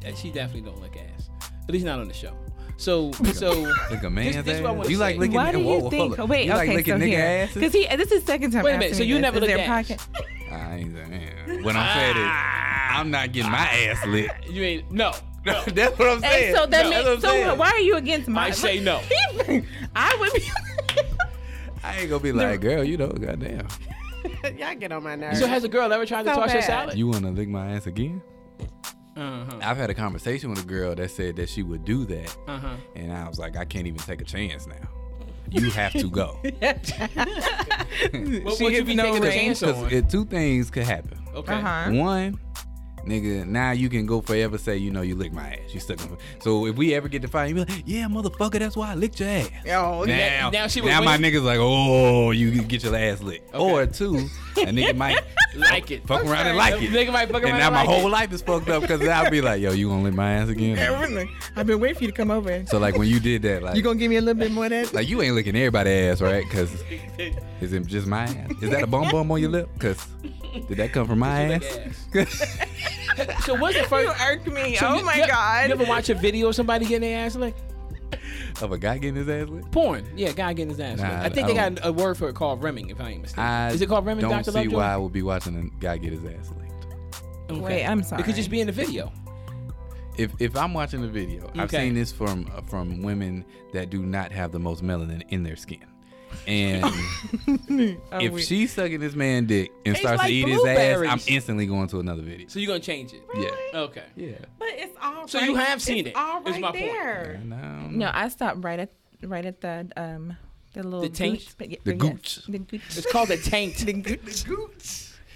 A: Uh, She definitely don't look ass. At least not on the show. So so
D: Like a man's
A: this
D: ass.
A: what I wanna
D: you like
A: say.
D: licking?
C: why do
D: whoa,
C: you
D: whoa,
C: think?
D: hold up.
C: Wait,
D: you like
C: okay,
D: licking
C: so
D: nigga
C: here,
D: asses?
C: because he. This is second time.
A: Wait a minute,
C: asking
A: so
C: me
A: you
C: this.
A: never
C: Is there
A: looked at
C: pocket?
D: I ain't saying. What I'm saying is, I'm not getting my ass lit.
A: you ain't no. no.
D: that's what I'm saying.
C: And so that
D: No, that's what I'm
C: means. So
D: saying.
C: why are you against my?
A: I say no.
C: I would be.
D: I ain't gonna be like, girl, you know, goddamn.
B: y'all get on my nerves.
A: So has a girl ever tried to
B: So
A: toss your
B: bad.
A: salad?
D: You wanna lick my ass again?
A: uh-huh.
D: I've had a conversation with a girl that said that she would do that,
A: Uh-huh.
D: and I was like, I can't even take a chance now. You have to go.
A: What would you be
C: no
A: taking a
C: range.
A: chance
D: Because
A: on?
D: it- two things could happen.
A: Okay.
C: Uh
D: Uh-huh.
C: huh.
D: One, nigga, now you can go forever say, you know, you licked my ass. You stuck my So if we ever get to fight, you be like, yeah, motherfucker, that's why I licked your ass.
C: Oh, yeah.
A: now
D: Now, now,
A: she would
D: now my
A: win.
D: nigga's like, oh, you can get your ass licked. Or two, a nigga might
A: Like it.
D: fuck around and like
A: The
D: it.
A: nigga might fuck
D: and
A: around
D: now
A: and
D: my
A: like
D: whole life is fucked up because I'll be like, yo, you gonna lick my ass again?
C: Really? I've been waiting for you to come over.
D: So like when you did that, like
C: You gonna give me a little bit more of that?
D: like you ain't licking everybody's ass, right? Cause is it just my ass? Is that a bum bum on your lip? Cause did that come from my
A: Just lick
D: ass?
A: So what's the
C: You
A: first
C: irked me.
A: so
C: oh
A: you-
C: my
A: you-
C: god.
A: You ever watch a video of somebody getting their ass licked?
D: of a guy getting his ass licked?
A: Porn. Yeah, guy getting his ass licked.
D: Nah,
A: I think
D: I
A: they got
D: don't-
A: a word for it called remming, if I ain't mistaken.
D: I
A: Is it called remming,
D: Don't
A: Dr.
D: see
A: Lovejoy?
D: why I would be watching a guy get his ass licked.
A: Okay.
C: Wait, I'm
A: It could just
C: sorry.
A: be in the video.
D: If if I'm watching the video, I've
A: Okay.
D: seen this from uh, from women that do not have the most melanin in their skin. And if she's sucking this man dick and starts
A: like
D: to eat his ass, I'm
A: blueberries.
D: instantly going to another video.
A: So you're gonna change it?
D: Yeah.
A: Okay.
D: Yeah.
B: But it's all
A: So
B: right-
A: you have seen it,
B: it's All
A: is
B: right
A: my point.
B: there.
D: And, um,
C: No, I stopped right at right at the um the little
A: The taint?
C: gooch, but ye-
D: The
C: yes,
D: gooch.
C: The gooch.
A: It's called a tank.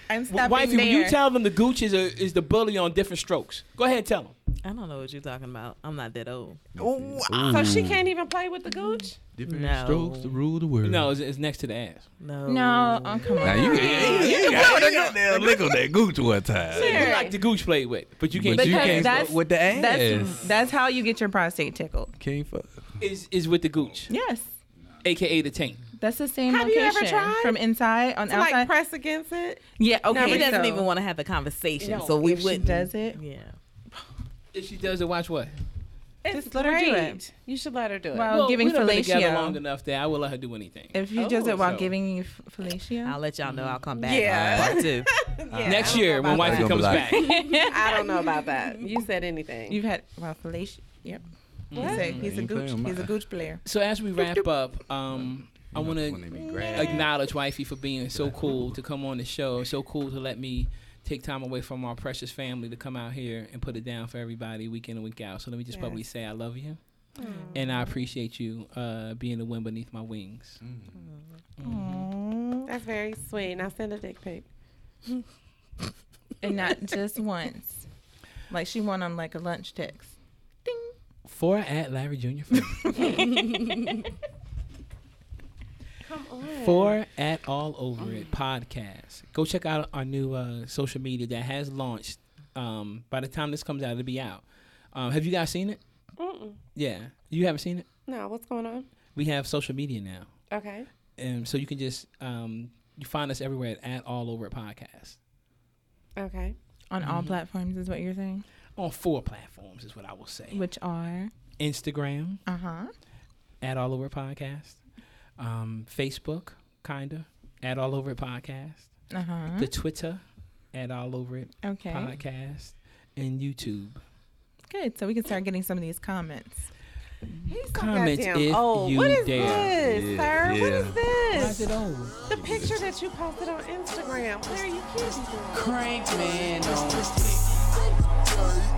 C: I'm stopping
A: Wifey, will
C: there.
A: you tell them the gooch is a, is the bully on different strokes? Go ahead, and tell them.
E: I don't know what you're talking about. I'm not that old.
B: So she can't even play with the gooch.
D: Different
E: No.
D: strokes to rule the world.
A: No, it's, it's next to the ass.
E: No.
C: no, oh, come
D: Now
C: on.
D: you, you, you, you got you got that lick on that gooch one time.
A: You like the gooch played with, but you can't.
D: But you
C: Because
D: can't
C: that's-
D: fuck with the ass.
C: That's that's how you get your prostate tickled.
D: can't fuck.
A: is is with the gooch,
C: Yes,
A: aka the tank.
C: that's the same
B: Have you
C: location
B: ever tried
C: from inside on
B: To
C: outside.
B: like press against it.
C: yeah, okay.
E: No, he doesn't
C: so
E: even want to have the conversation,
C: No,
E: so we
C: if she
E: wouldn't.
C: does it.
E: Yeah.
A: If she does it, watch what?
B: It's
C: Just let her do
B: great.
C: it.
B: You should let her do it.
C: Well, giving
A: we done been together long
C: fellatio.
A: enough that I will let her do anything.
C: If you does
A: Oh,
C: it while
A: so-
C: giving you f- fellatio,
E: I'll let y'all know. I'll come back.
B: Yeah.
E: Part two.
A: Next year, when
D: that.
A: wifey
D: Gonna
A: comes
D: be
A: back,
D: like-
B: I don't know about that. You said anything.
C: you've had well fellatio. Yep. He's a, he's a
D: Ain't
C: gooch.
D: playing with
C: He's a
D: my-
C: gooch player.
A: so as we wrap up, um, I want
D: When they
A: to
D: be grabbing.
A: acknowledge wifey for being so cool to come on the show. So cool to let me take time away from our precious family to come out here and put it down for everybody week in and week out. So let me just publicly say I love you. And I appreciate you uh, being the wind beneath my wings.
B: That's very sweet. Now send a dick pic.
C: and not just once. Like she won on like a lunch text.
A: For at Larry Jr. Firm.
B: Come on.
A: For at All Over It podcast. Go check out our new uh, social media that has launched. Um, by the time this comes out, it'll be out. Um, have you guys seen it?
B: Mm-mm.
A: Yeah. You haven't seen it?
B: No, what's going on?
A: We have social media now.
B: Okay.
A: and so you can just um, you find us everywhere at, at all over at podcast
B: Okay.
C: On all platforms is what you're saying?
A: on four platforms is what I will say.
C: Which are
A: Instagram
C: uh huh.
A: at all over podcast, um, Facebook kinda at all over it podcast,
C: Uh huh.
A: the Twitter at all over it
C: Okay.
A: podcast, and YouTube.
C: Good. So we can start getting some of these comments.
B: He's so
A: Comments
B: goddamn
A: if
C: Oh,
B: old.
A: you
B: what is
A: dare.
B: this,
D: Yeah,
B: sir?
D: yeah.
B: What is
A: How's
B: this?
A: it old?
B: The picture that you posted on Instagram. Claire, you can't be doing.
H: Crank man on.